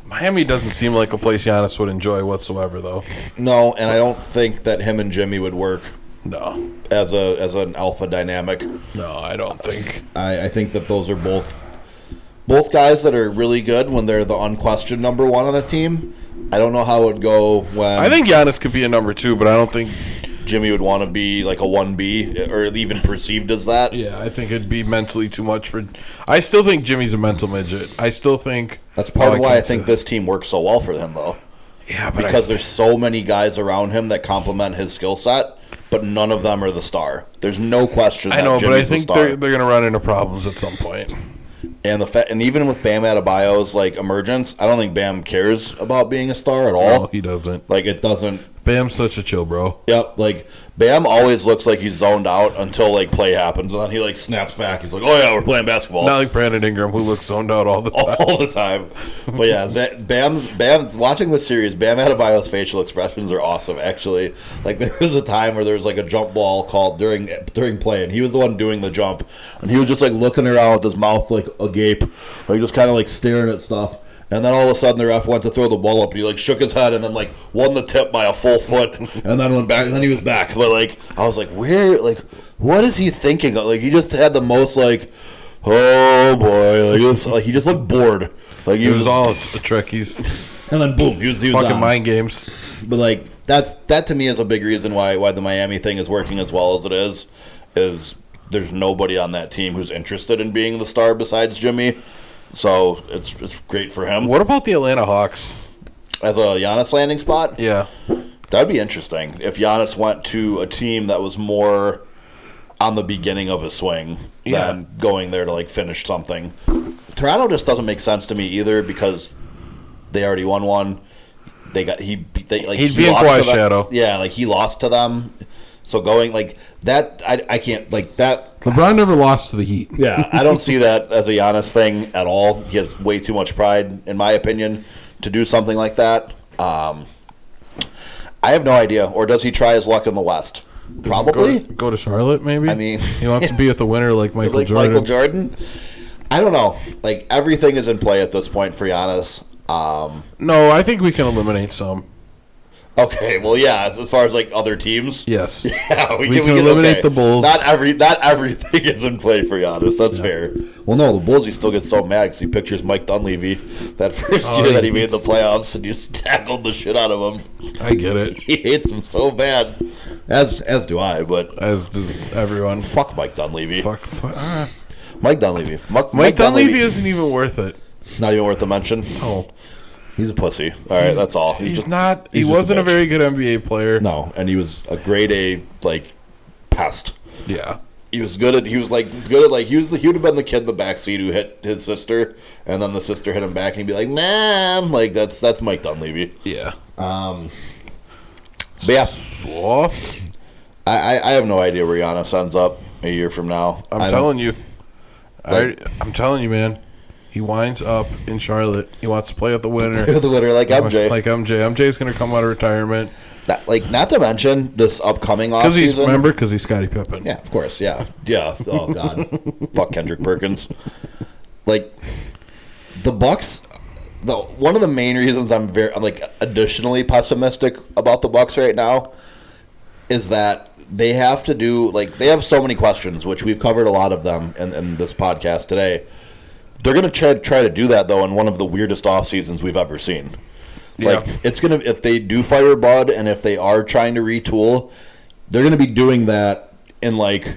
Miami doesn't seem like a place Giannis would enjoy whatsoever, though.
No, and I don't think that him and Jimmy would work
No,
as a as an alpha dynamic.
no, I don't think.
I, I think that those are both both guys that are really good when they're the unquestioned number one on a team. I don't know how it would go when
I think Giannis could be a number two, but I don't think.
Jimmy would want to be like a one B or even perceived as that.
Yeah, I think it'd be mentally too much for. I still think Jimmy's a mental midget. I still think
That's part
Oh,
of why I
can't
think
say-
this team works so well for him though.
Yeah, but
Because
because
there's so many guys around him that complement his skill set, but none of them are the star. There's no question.
I
that
know, but
Jimmy's
I
the
think
star.
they're they're gonna run into problems at some point.
And the fa- and even with Bam Adebayo's like emergence, I don't think Bam cares about being a star at all.
No, he doesn't.
Like it doesn't
Bam's such a chill bro.
Yep, like Bam always looks like he's zoned out until like play happens, and then he like snaps back. He's like, "Oh yeah, we're playing basketball
Not like Brandon Ingram, who looks zoned out all the time.
[LAUGHS] all the time." But yeah, Z- Bam's Bam's watching the series. Bam Adebayo's facial expressions are awesome. Actually, like there was a time where there was like a jump ball called during during play, and he was the one doing the jump, and he was just like looking around with his mouth like agape, like just kind of like staring at stuff. And then all of a sudden, the ref went to throw the ball up, and he like shook his head, and then like won the tip by a full foot, [LAUGHS] and then went back. And then he was back, but like I was like, where? Like, what is he thinking? Like he just had the most like, oh boy, like, it was, like he just looked bored. Like he
It
was,
was all a trick. He's
and then boom, [LAUGHS] he was, he was
fucking
on.
mind games.
But like that's that to me is a big reason why why the Miami thing is working as well as it is, is there's nobody on that team who's interested in being the star besides Jimmy. So it's it's great for him
What about the Atlanta Hawks?
as a Giannis landing spot.
Yeah,
That'd be interesting if Giannis went to a team that was more on the beginning of his swing
Yeah.
than going there to like finish something. Toronto just doesn't make sense to me either because they already won one. They got he they like
He'd
he
be in
lost
Kawhi's
to them.
shadow.
Yeah, like he lost to them. So going like that, I, I can't like that.
LeBron never lost to the Heat.
Yeah, I don't see that as a Giannis thing at all. He has way too much pride, in my opinion, to do something like that. Um, I have no idea. Or does he try his luck in the West? [LAUGHS]
Go
Probably.
to, go to Charlotte, maybe. I
mean-
he wants to be with the winner like
[LAUGHS]
Michael
like
Jordan.
Michael Jordan. I don't know. Like everything is in play at this point for Giannis. Um,
No, I think we can eliminate some.
okay, well, yeah. As, as far as like other teams,
Yes.
[LAUGHS] yeah, we,
We can eliminate the Bulls.
Not every not everything [LAUGHS] is in play for Giannis. That's fair. Well, no, the Bulls. He still gets so mad because he pictures Mike Dunleavy that [LAUGHS] first
Oh,
year that he
he
made the playoffs and just [LAUGHS] tackled the shit out of him.
I get it.
[LAUGHS] He hates him so bad. As as do I, but.
As does everyone.
Fuck Mike Dunleavy.
Fuck. fuck ah.
Mike Dunleavy. Fuck Mike,
Mike Dunleavy isn't even worth it.
not even worth a mention.
No.
He's a pussy. All right, Oh. that's all.
He's,
just-
not.
he's
he
just
wasn't a,
bitch.
very good NBA player.
No, and he was a grade A like pest.
Yeah.
He was good at he was like good at like he was the, he would have been the kid in the backseat who hit his sister and then the sister hit him back and he'd be like, Ma'am like that's that's Mike Dunleavy.
Yeah.
But yeah,
Soft.
I, I, I have no idea where Giannis ends up a year from now.
I'm
I don't-
telling you. I, I'm telling you, man. He winds up in Charlotte. He wants to play with the winner.
[LAUGHS] the winner like MJ.
Like MJ. MJ's going to come out of retirement.
Not- like not to mention this upcoming offseason.
Because he's, remember, because he's Scottie Pippen.
Yeah, of course. Yeah, yeah. Oh
[LAUGHS]
God, fuck Kendrick Perkins. Like the Bucks. The one of the main reasons I'm very I'm like additionally pessimistic about the Bucks right now is that they have to do like they have so many questions, which we've covered a lot of them in, in this podcast today. They're going to try, try to do that though in one of the weirdest off seasons we've ever seen. Like
Yeah.
it's going to if they do fire Bud and if they are trying to retool, they're going to be doing that in like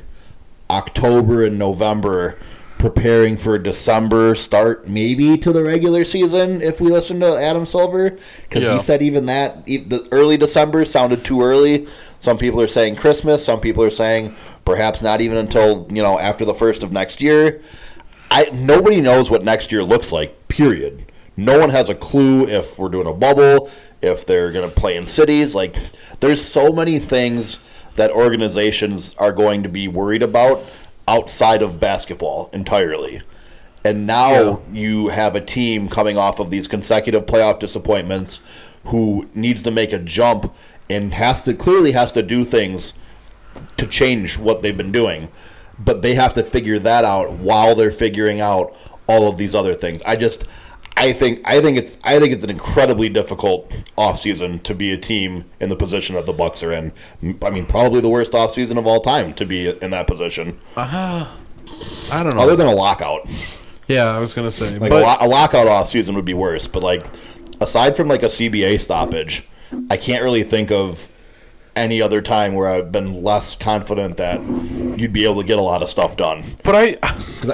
October and November, preparing for December start, maybe to the regular season. If we listen to Adam Silver, because
Yeah.
he said even that e- the early December sounded too early. Some people are saying Christmas. Some people are saying perhaps not even until you know after the first of next year. I nobody knows what next year looks like. Period. No one has a clue if we're doing a bubble, if they're going to play in cities. Like, there's so many things that organizations are going to be worried about outside of basketball entirely. And now you have a team coming off of these consecutive playoff disappointments who needs to make a jump and has to clearly has to do things to change what they've been doing. But they have to figure that out while they're figuring out all of these other things. I just I think I think it's I think it's an incredibly difficult offseason to be a team in the position that the Bucks are in. I mean, probably the worst offseason of all time to be in that position.
Oh. Uh-huh. I don't know.
Other than a lockout.
yeah, I was gonna say,
Like
but
a, lo- a lockout off season would be worse, but like aside from like a CBA stoppage, I can't really think of any other time where I've been less confident that you'd be able to get a lot of stuff done.
but I,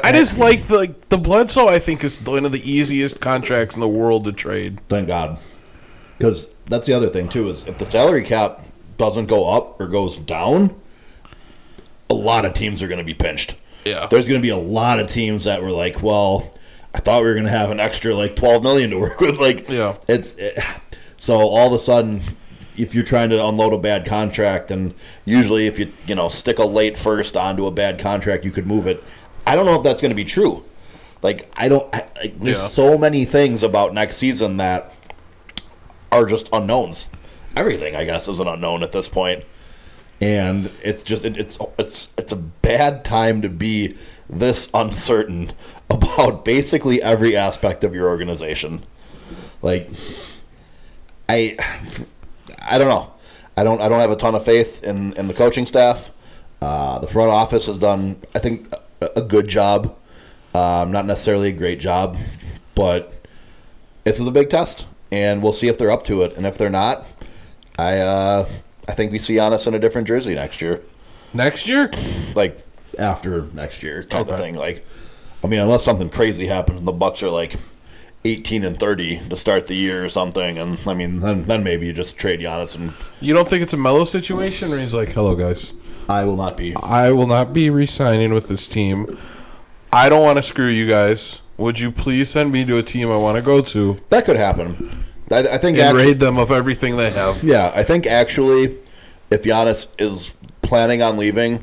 I just like the like, the Bledsoe. I think is one of the easiest contracts in the world to trade.
Thank God, because that's the other thing too is if the salary cap doesn't go up or goes down, a lot of teams are going to be pinched.
Yeah.
there's going to be a lot of teams that were like, well, I thought we were going to have an extra like 12 million to [LAUGHS] work with. Like,
Yeah.
it's eh, so all of a sudden. If you're trying to unload a bad contract, and usually if you you know stick a late first onto a bad contract, you could move it. I don't know if that's going to be true. Like I don't. I, like, there's
Yeah.
so many things about next season that are just unknowns. Everything, I guess, is an unknown at this point, and it's just it, it's it's it's a bad time to be this uncertain [LAUGHS] about basically every aspect of your organization. Like, I, I don't know. I don't. I don't have a ton of faith in in the coaching staff. Uh, the front office has done, I think, a, a good job. Um, not necessarily a great job, but this is a big test, and we'll see if they're up to it. And if they're not, I uh, I think we see Giannis in a different jersey next year,
Next year,
like after next year, kind of
Okay.
thing. Like, I mean, unless something crazy happens and the Bucks are like eighteen and thirty to start the year or something, and I mean, then then maybe you just trade Giannis, and
you don't think it's a mellow situation where he's like, "Hello, guys,
I will not be.
I will not be re-signing with this team. I don't want to screw you guys. Would you please send me to a team I want to go to
That could happen. I, I think
and
actu-
raid them of everything they have?"
Yeah, I think actually, if Giannis is planning on leaving,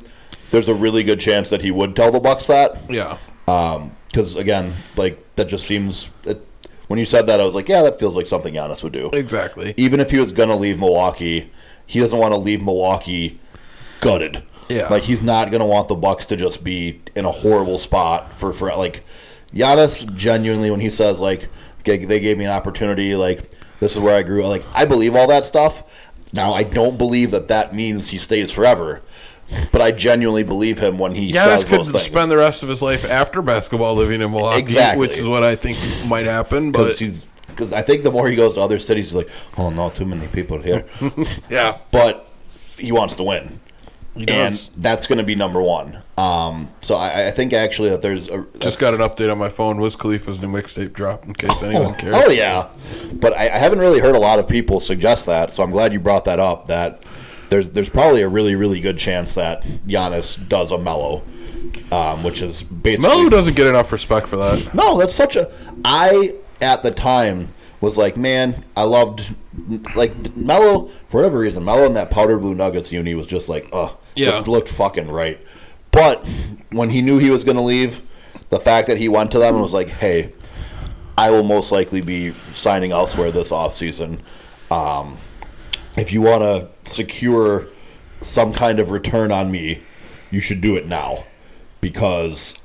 there's a really good chance that he would tell the Bucks that.
Yeah,
Because again, like that just seems. It, when you said that, I was like, yeah, that feels like something Giannis would do.
exactly.
Even if he was gonna leave Milwaukee, he doesn't want to leave Milwaukee gutted.
Yeah.
like he's not gonna want the Bucks to just be in a horrible spot for for like Giannis. Genuinely, when he says like they they gave me an opportunity, like this is where I grew. Like I believe all that stuff. Now I don't believe that that means he stays forever, but I genuinely believe him when he
Giannis
says those
could
things.
spend the rest of his life after basketball living in Milwaukee,
Exactly.
which is what I think might happen.
because
But
he's because I think the more he goes to other cities, he's like, oh no, too many people
[LAUGHS]
here.
yeah,
but he wants to win,
he
and
does.
that's going to be number one. Um, so I, I think actually that there's a
Just got an update on my phone. Wiz Khalifa's new mixtape drop. In case anyone cares.
Oh yeah, but I, I haven't really heard a lot of people suggest that. So I'm glad you brought that up. That there's there's probably a really really good chance that Giannis does a mellow, um, which is basically
Melo doesn't get enough respect for that.
No, that's such a. I at the time was like, man, I loved like Mello for whatever reason. Mello in that powder blue Nuggets uni was just like, ugh,
Yeah.
just looked fucking right. But when he knew he was gonna leave, the fact that he went to them and was like, hey, I will most likely be signing elsewhere this offseason. Um, if you want to secure some kind of return on me, you should do it now because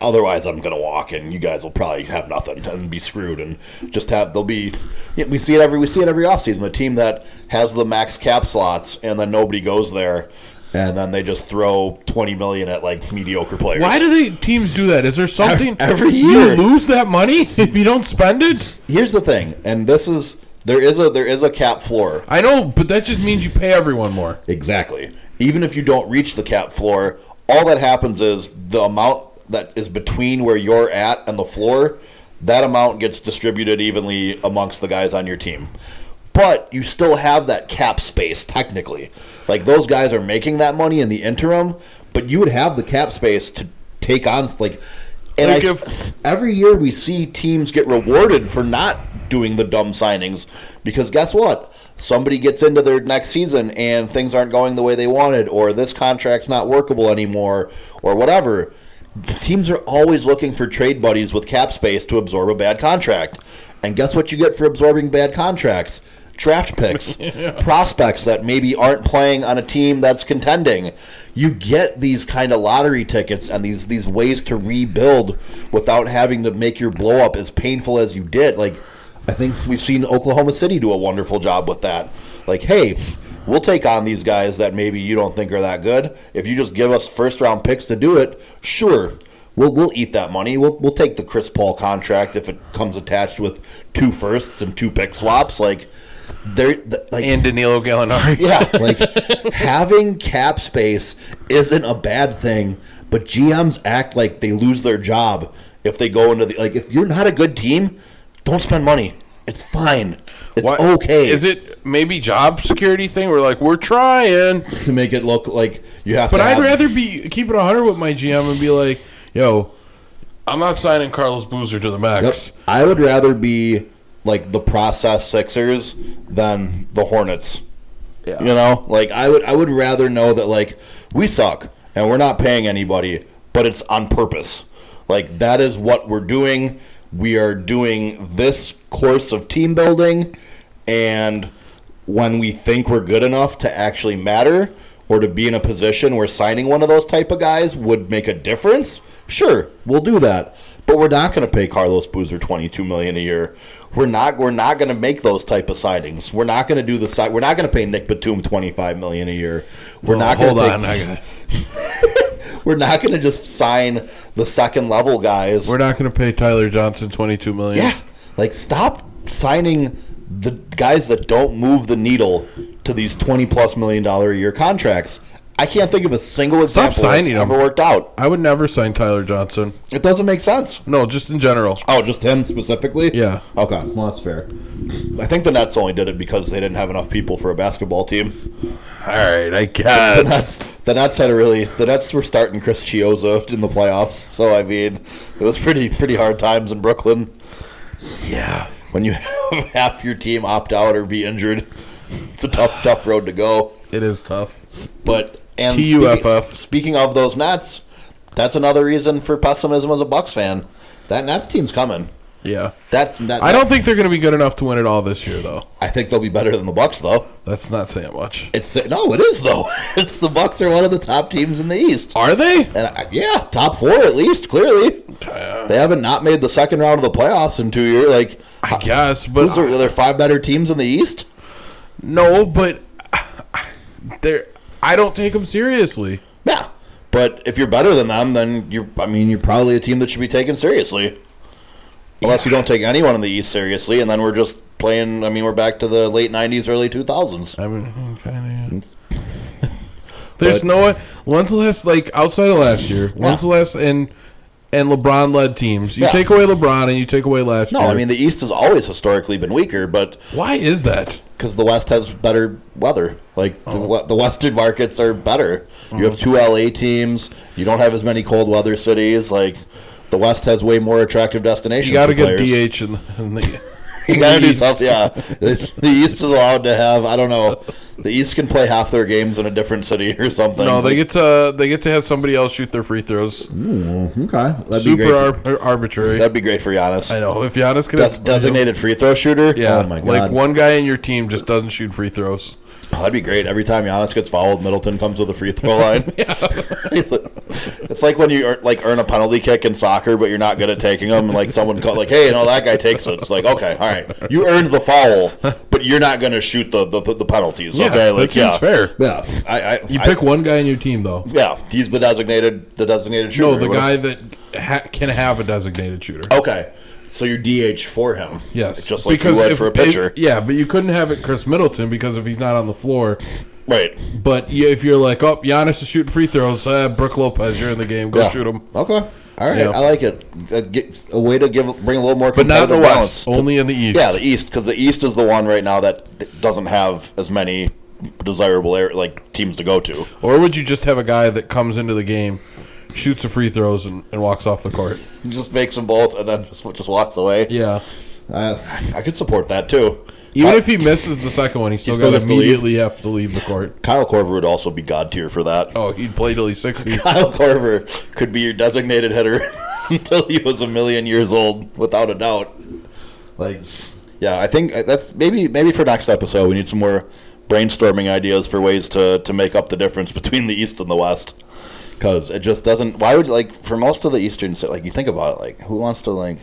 otherwise I'm gonna walk and you guys will probably have nothing and be screwed and just have they'll be yeah, we see it every we see it every offseason the team that has the max cap slots and then nobody goes there and then they just throw twenty million at like mediocre players.
Why do they teams do that? Is there something
Every year.
you lose that money [LAUGHS] if you don't spend it?
Here's the thing, and this is there is a there is a cap floor.
I know, but that just means you pay everyone more.
Exactly. Even if you don't reach the cap floor, all that happens is the amount that is between where you're at and the floor, that amount gets distributed evenly amongst the guys on your team. But you still have that cap space technically. Like those guys are making that money in the interim, but you would have the cap space to take on like and
Like
I,
if-
every year we see teams get rewarded for not doing the dumb signings because guess what? Somebody gets into their next season and things aren't going the way they wanted, or this contract's not workable anymore, or whatever. Teams are always looking for trade buddies with cap space to absorb a bad contract. And guess what you get for absorbing bad contracts? Draft picks, prospects that maybe aren't playing on a team that's contending. You get these kind of lottery tickets and these these ways to rebuild without having to make your blow up as painful as you did. Like I think we've seen Oklahoma City do a wonderful job with that. Like, hey, we'll take on these guys that maybe you don't think are that good. If you just give us first round picks to do it, sure. We'll, we'll eat that money. We'll, we'll take the Chris Paul contract if it comes attached with two firsts and two pick swaps. Like, they're, th- like
And Danilo Gallinari. [LAUGHS]
yeah, like having cap space isn't a bad thing, but GMs act like they lose their job if they go into the like if you're not a good team, don't spend money. It's fine. It's
Why-
okay.
Is it maybe job security thing? We're like, we're trying.
to make it look like you have
But
to
I'd
have-
rather be keep it hundred with my GM and be like, yo,
I'm not signing Carlos Boozer to the max.
I would rather be like the process Sixers than the Hornets.
Yeah.
You know, like I would I would rather know that like we suck and we're not paying anybody, but it's on purpose. Like that is what we're doing. We are doing this course of team building and when we think we're good enough to actually matter or to be in a position where signing one of those type of guys would make a difference, sure, we'll do that. But we're not going to pay Carlos Boozer 22 million a year. We're not we're not going to make those type of signings. We're not going to do the si- we're not going to pay Nick Batum 25 million a year. We're not going
hold
to take,
on, I got
we're not going to just sign the second level guys.
we're not gonna pay Tyler Johnson twenty two million.
Yeah. Like, stop signing the guys that don't move the needle to these 20 plus million dollar a year contracts. I can't think of a single
Stop
example that's
signing 'em.
ever worked out.
I would never sign Tyler Johnson.
It doesn't make sense.
No, just in general.
Oh, just him specifically?
Yeah.
Okay. Well, that's fair. I think the Nets only did it because they didn't have enough people for a basketball team.
All right, I
The
[LAUGHS]
guess.
Nets, the Nets had a really. The Nets were starting Chris Chioza in the playoffs, so I mean, it was pretty pretty hard times in Brooklyn
yeah.
when you [LAUGHS] have half your team opt out or be injured. It's a tough, tough road to go.
It is tough.
But and
TUFF.
Speaking, speaking of those Nets, that's another reason for pessimism as a Bucks fan. That Nets team's coming.
Yeah.
That's not,
I don't think they're gonna be good enough to win it all this year though.
I think they'll be better than the Bucks though.
That's not saying much.
It's no, it is though. [LAUGHS] It's the Bucks are one of the top teams in the East.
Are they?
And I, yeah, top four at least. Clearly, they haven't not made the second round of the playoffs in two years. Like,
I guess, but
who's there, are there five better teams in the East?
no, but [SIGHS] they're. I don't take them seriously.
Yeah, but if you're better than them, then you're. I mean, you're probably a team that should be taken seriously. Unless you don't take anyone in the East seriously, and then we're just playing. I mean, we're back to the late '90s, early
Uh,
2000s.
I mean, [LAUGHS] kind of. There's no one. When's the last like outside of last year? When's the last and and LeBron led teams? You
Yeah.
take away LeBron and you take away last
No,
year.
I mean the East has always historically been weaker, but
why is that?
because the West has better weather, like
Oh.
the the, the Western markets are better. You have two LA teams. You don't have as many cold weather cities. Like the West has way more attractive destinations.
You got a
for
good
players.
DH in the, in the
[LAUGHS] You gotta do
East.
something. Yeah, the the East is allowed to have. I don't know. The East can play half their games in a different city [LAUGHS] or something.
no. They get to they get to have somebody else shoot their free throws.
okay. That'd be
Super
great. For,
ar- arbitrary.
that'd be great for Giannis.
I know if Giannis can
That's
have
designated free throw shooter.
Yeah,
Oh my god.
like one guy in your team just doesn't shoot free throws.
Oh, that'd be great. Every time Giannis gets fouled, Middleton comes with a free throw
[LAUGHS]
line. [LAUGHS] it's like when you earn, like earn a penalty kick in soccer, but you're not good at taking them. And like someone called, like, "Hey, no, that guy takes it." It's like, okay, all right, you earned the foul, but you're not going to shoot the, the the penalties.
Yeah,
okay,
that
like
seems
yeah,
fair.
Yeah.
I, I
You
I-
pick one guy in your team, though.
yeah, he's the designated the designated shooter.
No, the
What-
guy that ha- can have a designated shooter.
Okay, so you DH for him.
Yes,
just like you would for a
it-
pitcher,
yeah, but you couldn't have it Chris Middleton because if he's not on the floor,
right?
but you, if you're like, oh, Giannis is shooting free throws, uh, Brooke Lopez, you're in the game, go
Yeah.
shoot him.
Okay. All right,
Yeah.
I like it. Uh, get, a way to give bring a little more,
But not in the
competitive
West,
balance to-
only in the East.
Yeah, the East because the East is the one right now that doesn't have as many desirable air, like teams to go to.
or would you just have a guy that comes into the game, shoots the free throws, and, and walks off the court?
He just makes them both and then just, just walks away.
Yeah,
Uh, I could support that too.
even
Ky-
if he misses the second one, he's still,
still
got
has
to
to leave.
immediately have to leave the court.
Kyle Corver would also be god tier for that.
Oh, he'd play till he's sixty.
[LAUGHS] Kyle Corver could be your designated hitter [LAUGHS] until he was a million years old, without a doubt.
like,
Yeah, I think uh, that's maybe maybe for next episode we need some more brainstorming ideas for ways to to make up the difference [LAUGHS] between the East and the West because it just doesn't. Why would like for most of the Eastern so, like you think about it like who wants to like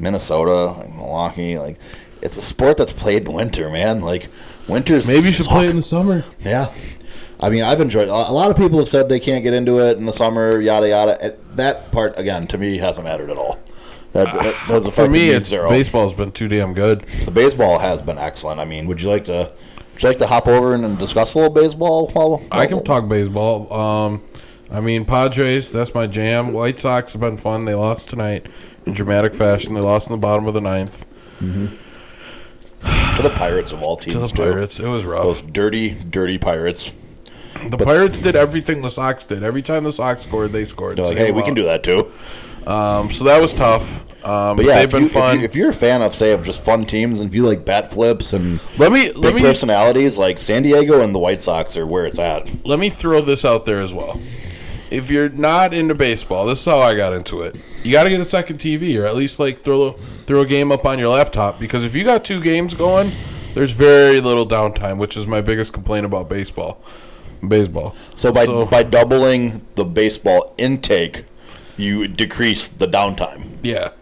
Minnesota like Milwaukee like it's a sport that's played in winter man like winters
[LAUGHS] maybe you should
suck.
play in the summer.
Yeah. I mean, I've enjoyed. A a lot of people have said they can't get into it in the summer, yada yada. It- That part again to me hasn't mattered at all. That, that, that's a
[SIGHS] For
fucking
me,
huge
it's
zero.
baseball's been too damn good.
the baseball has been excellent. I mean, would you like to? Would you like to hop over and, and discuss a little baseball? While,
I can talk baseball. Um, I mean, Padres, that's my jam. White Sox have been fun. They lost tonight in dramatic fashion. They lost in the bottom of the ninth
to the Pirates of all teams.
to the
too.
Pirates. It was
Those
rough.
dirty, dirty Pirates.
The Pirates did everything the Sox did. Every time the Sox scored, they scored.
They're like, hey, we can do that too.
Um, so that was tough. Um,
But yeah,
they've
if,
been
you,
fun.
If, you, are a fan of say of just fun teams, and if you like bat flips and
let me let
big
me
personalities, like San Diego and the White Sox are where it's at.
let me throw this out there as well. If you're not into baseball, this is how I got into it. You got to get a second TV, or at least like throw throw a game up on your laptop. Because if you got two games going, there's very little downtime, which is my biggest complaint about baseball. Baseball.
So by by doubling the baseball intake, you decrease the downtime.
yeah,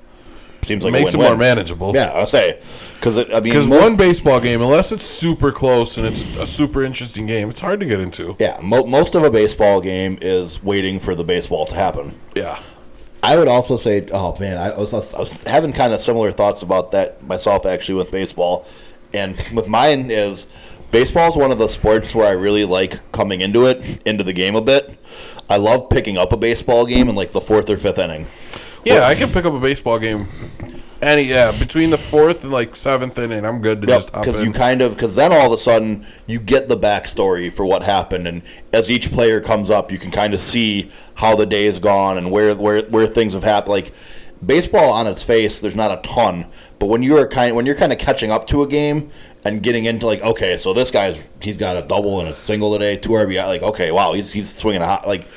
Seems like
makes
a
it more
win-win.
manageable.
Yeah, I say because I mean
because
most-
one baseball game, unless it's super close and it's a super interesting game, it's hard to get into.
yeah mo- most of a baseball game is waiting for the baseball to happen.
Yeah,
I would also say, oh man, I was, I was having kind of similar thoughts about that myself actually with baseball, and with mine is baseball is one of the sports where I really like coming into it, into the game a bit. I love picking up a baseball game in like the fourth or fifth inning.
yeah, I can pick up a baseball game. Any yeah, between the fourth and like seventh inning, I'm good to just hop
because
in.
you kind of because then all of a sudden you get the backstory for what happened, and as each player comes up, you can kind of see how the day has gone and where where where things have happened. Like baseball on its face, there's not a ton, but when you're kind when you're kind of catching up to a game and getting into like okay, so this guy's he's got a double and a single today, two RBI. Like okay, wow, he's he's swinging a hot like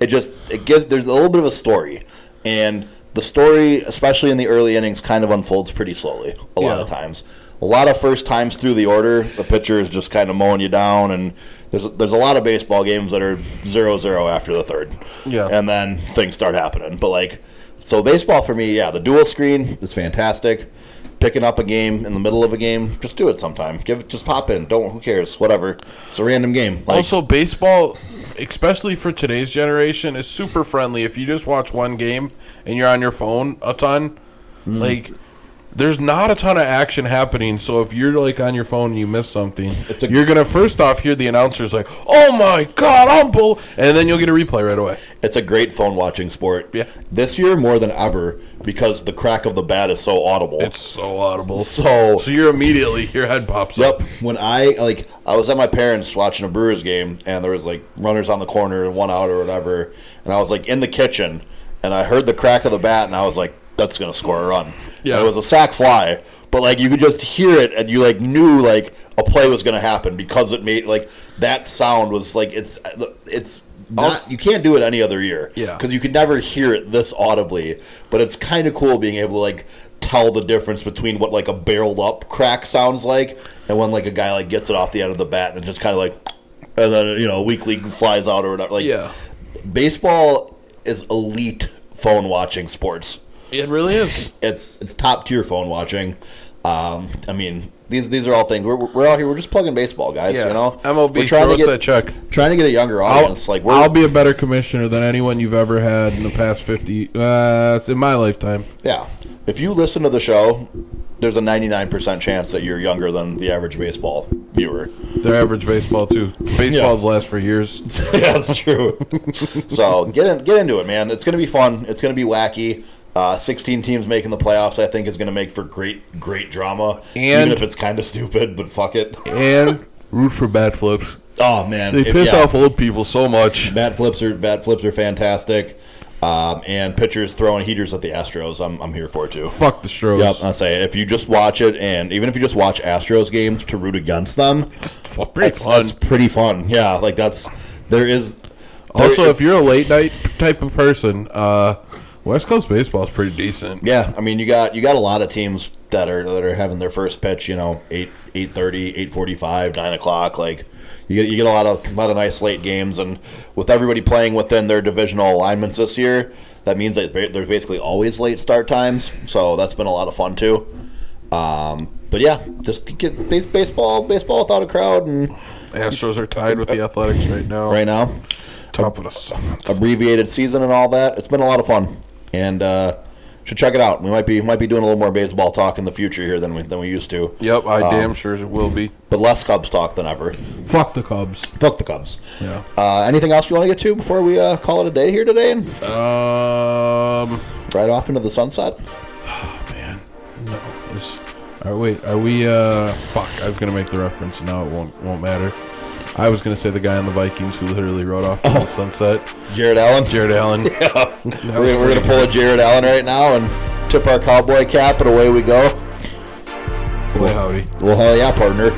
it just it gives there's a little bit of a story and. The story, especially in the early innings, kind of unfolds pretty slowly a lot of
Yeah.
times. A lot of first times through the order, the pitcher is just kind of mowing you down, and there's there's a lot of baseball games that are zero zero after the third.
Yeah.
and then things start happening. But like, so baseball for me, yeah, the dual screen is fantastic. Picking up a game in the middle of a game, just do it sometime. Give it, just pop in. Don't who cares? Whatever. It's a random game. Like,
also, baseball, especially for today's generation, is super friendly. If you just watch one game and you're on your phone a ton,
Mm-hmm.
like there's not a ton of action happening. So if you're like on your phone and you miss something,
It's a-
you're gonna first off hear the announcers like, "Oh my god, I'm bull," and then you'll get a replay right away.
It's a great phone watching sport.
Yeah.
This year more than ever because the crack of the bat is so audible.
It's so audible.
so
So you're immediately your head pops
Yep.
up.
When I like, I was at my parents watching a Brewers game, and there was like runners on the corner and one out or whatever, and I was like in the kitchen, and I heard the crack of the bat, and I was like, "That's gonna score a run."
Yeah.
It was a sac fly, but like you could just hear it, and you like knew like a play was gonna happen because it made like that sound was like it's it's. Not, you can't do it any other year,
Yeah.
because you could never hear it this audibly. But it's kind of cool being able to like tell the difference between what like a barreled up crack sounds like and when like a guy like gets it off the end of the bat and just kind of like and then you know weekly flies out or whatever. Like
Yeah.
baseball is elite phone watching sports.
It really is.
It's it's top tier phone watching. Um, I mean, these these are all things we're, we're out here. We're just plugging baseball, guys. You know,
MLB,
We're
throw
trying to
us
get
that check.
trying to get a younger
I'll,
audience. like we're,
I'll be a better commissioner than anyone you've ever had in the past 50, uh, in my lifetime.
Yeah. If you listen to the show, there's a 99% chance that you're younger than the average baseball viewer. [LAUGHS]
Their average baseball, too. Baseballs last for years.
yeah, that's true. so get in, get into it, man. It's going to be fun. It's going to be wacky. Uh, 16 teams making the playoffs, I think, is going to make for great, great drama.
And-
even if it's kind of stupid, but fuck it. [LAUGHS]
[LAUGHS] and root for bad flips.
Oh man,
They
If-
piss
yeah,
off old people so much.
Bat flips are bat flips are fantastic, um, and pitchers throwing heaters at the Astros. I'm I'm here for it too.
Fuck the Stros.
Yep, I say if you just watch it, and even if you just watch Astros games to root against them,
It's fu- pretty
it's
fun.
that's pretty fun. Yeah, like that's there is. there
also,
is-
if you're a late night type of person, uh, West Coast baseball is pretty decent.
yeah, I mean you got you got a lot of teams that are that are having their first pitch. You know, eight eight thirty, eight forty five, nine o'clock. Like you get you get a lot of lot of nice late games, and with everybody playing within their divisional alignments this year, that means that ba- there's basically always late start times. So that's been a lot of fun too. Um, but yeah, just get base- baseball baseball without a crowd, and
Astros are tied with the Athletics right now.
right now
Top of the seventh.
abbreviated season and all that. It's been a lot of fun, and uh, should check it out. We might be might be doing a little more baseball talk in the future here than we than we used to.
Yep, I damn sure will be.
But less Cubs talk than ever.
Fuck the Cubs.
Fuck the Cubs.
Yeah.
Uh, anything else you want to get to before we uh, call it a day here today and
Um,
right off into the sunset?
man, no. There's, all right, wait, are we? Uh, fuck. I was gonna make the reference, and now it won't won't matter. I was gonna say the guy on the Vikings who literally rode off into the sunset,
Jared Allen.
Oh. Jared [LAUGHS] Allen.
we're gonna- we're gonna pull a Jared Allen right now and tip our cowboy cap, and away we go.
Boy, howdy.
Well, hell yeah, partner.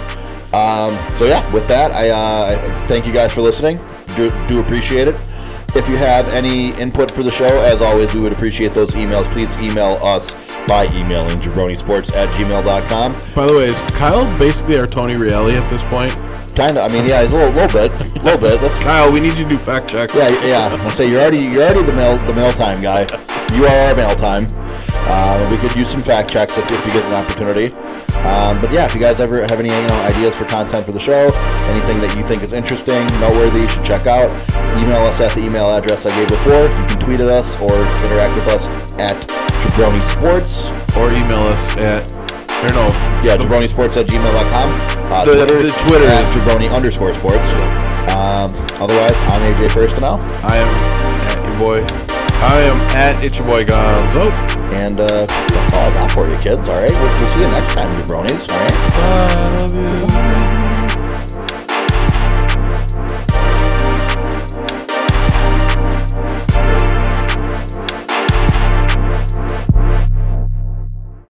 Um, so yeah, with that, I, uh, I thank you guys for listening. Do, do appreciate it. If you have any input for the show, as always, we would appreciate those emails. Please email us by emailing jabronisports at gmail.com.
By the way, is Kyle basically our Tony Reale at this point?
Kind of, I mean, yeah, it's a little, little bit, little bit. That's
Kyle, we need you to do fact checks.
yeah, yeah. I'll say you're already you're already the mail the mail time guy. You are our mail time. Um, we could use some fact checks if, if you get an opportunity. Um, but yeah, if you guys ever have any you know ideas for content for the show, anything that you think is interesting, noteworthy, you should check out, email us at the email address I gave before. You can tweet at us or interact with us at Jabroni Sports.
Or email us at, or no,
Yeah, jabronisports at gmail.com. Uh,
The- the Twitter
at
is-
jabroni underscore sports. Um, otherwise, I'm AJ First and out.
I am at your boy. I am at it's your boy Gonzo.
And uh, that's all I got for you, kids. All right, we'll, we'll see you next time, jabronis. All right.
I love you.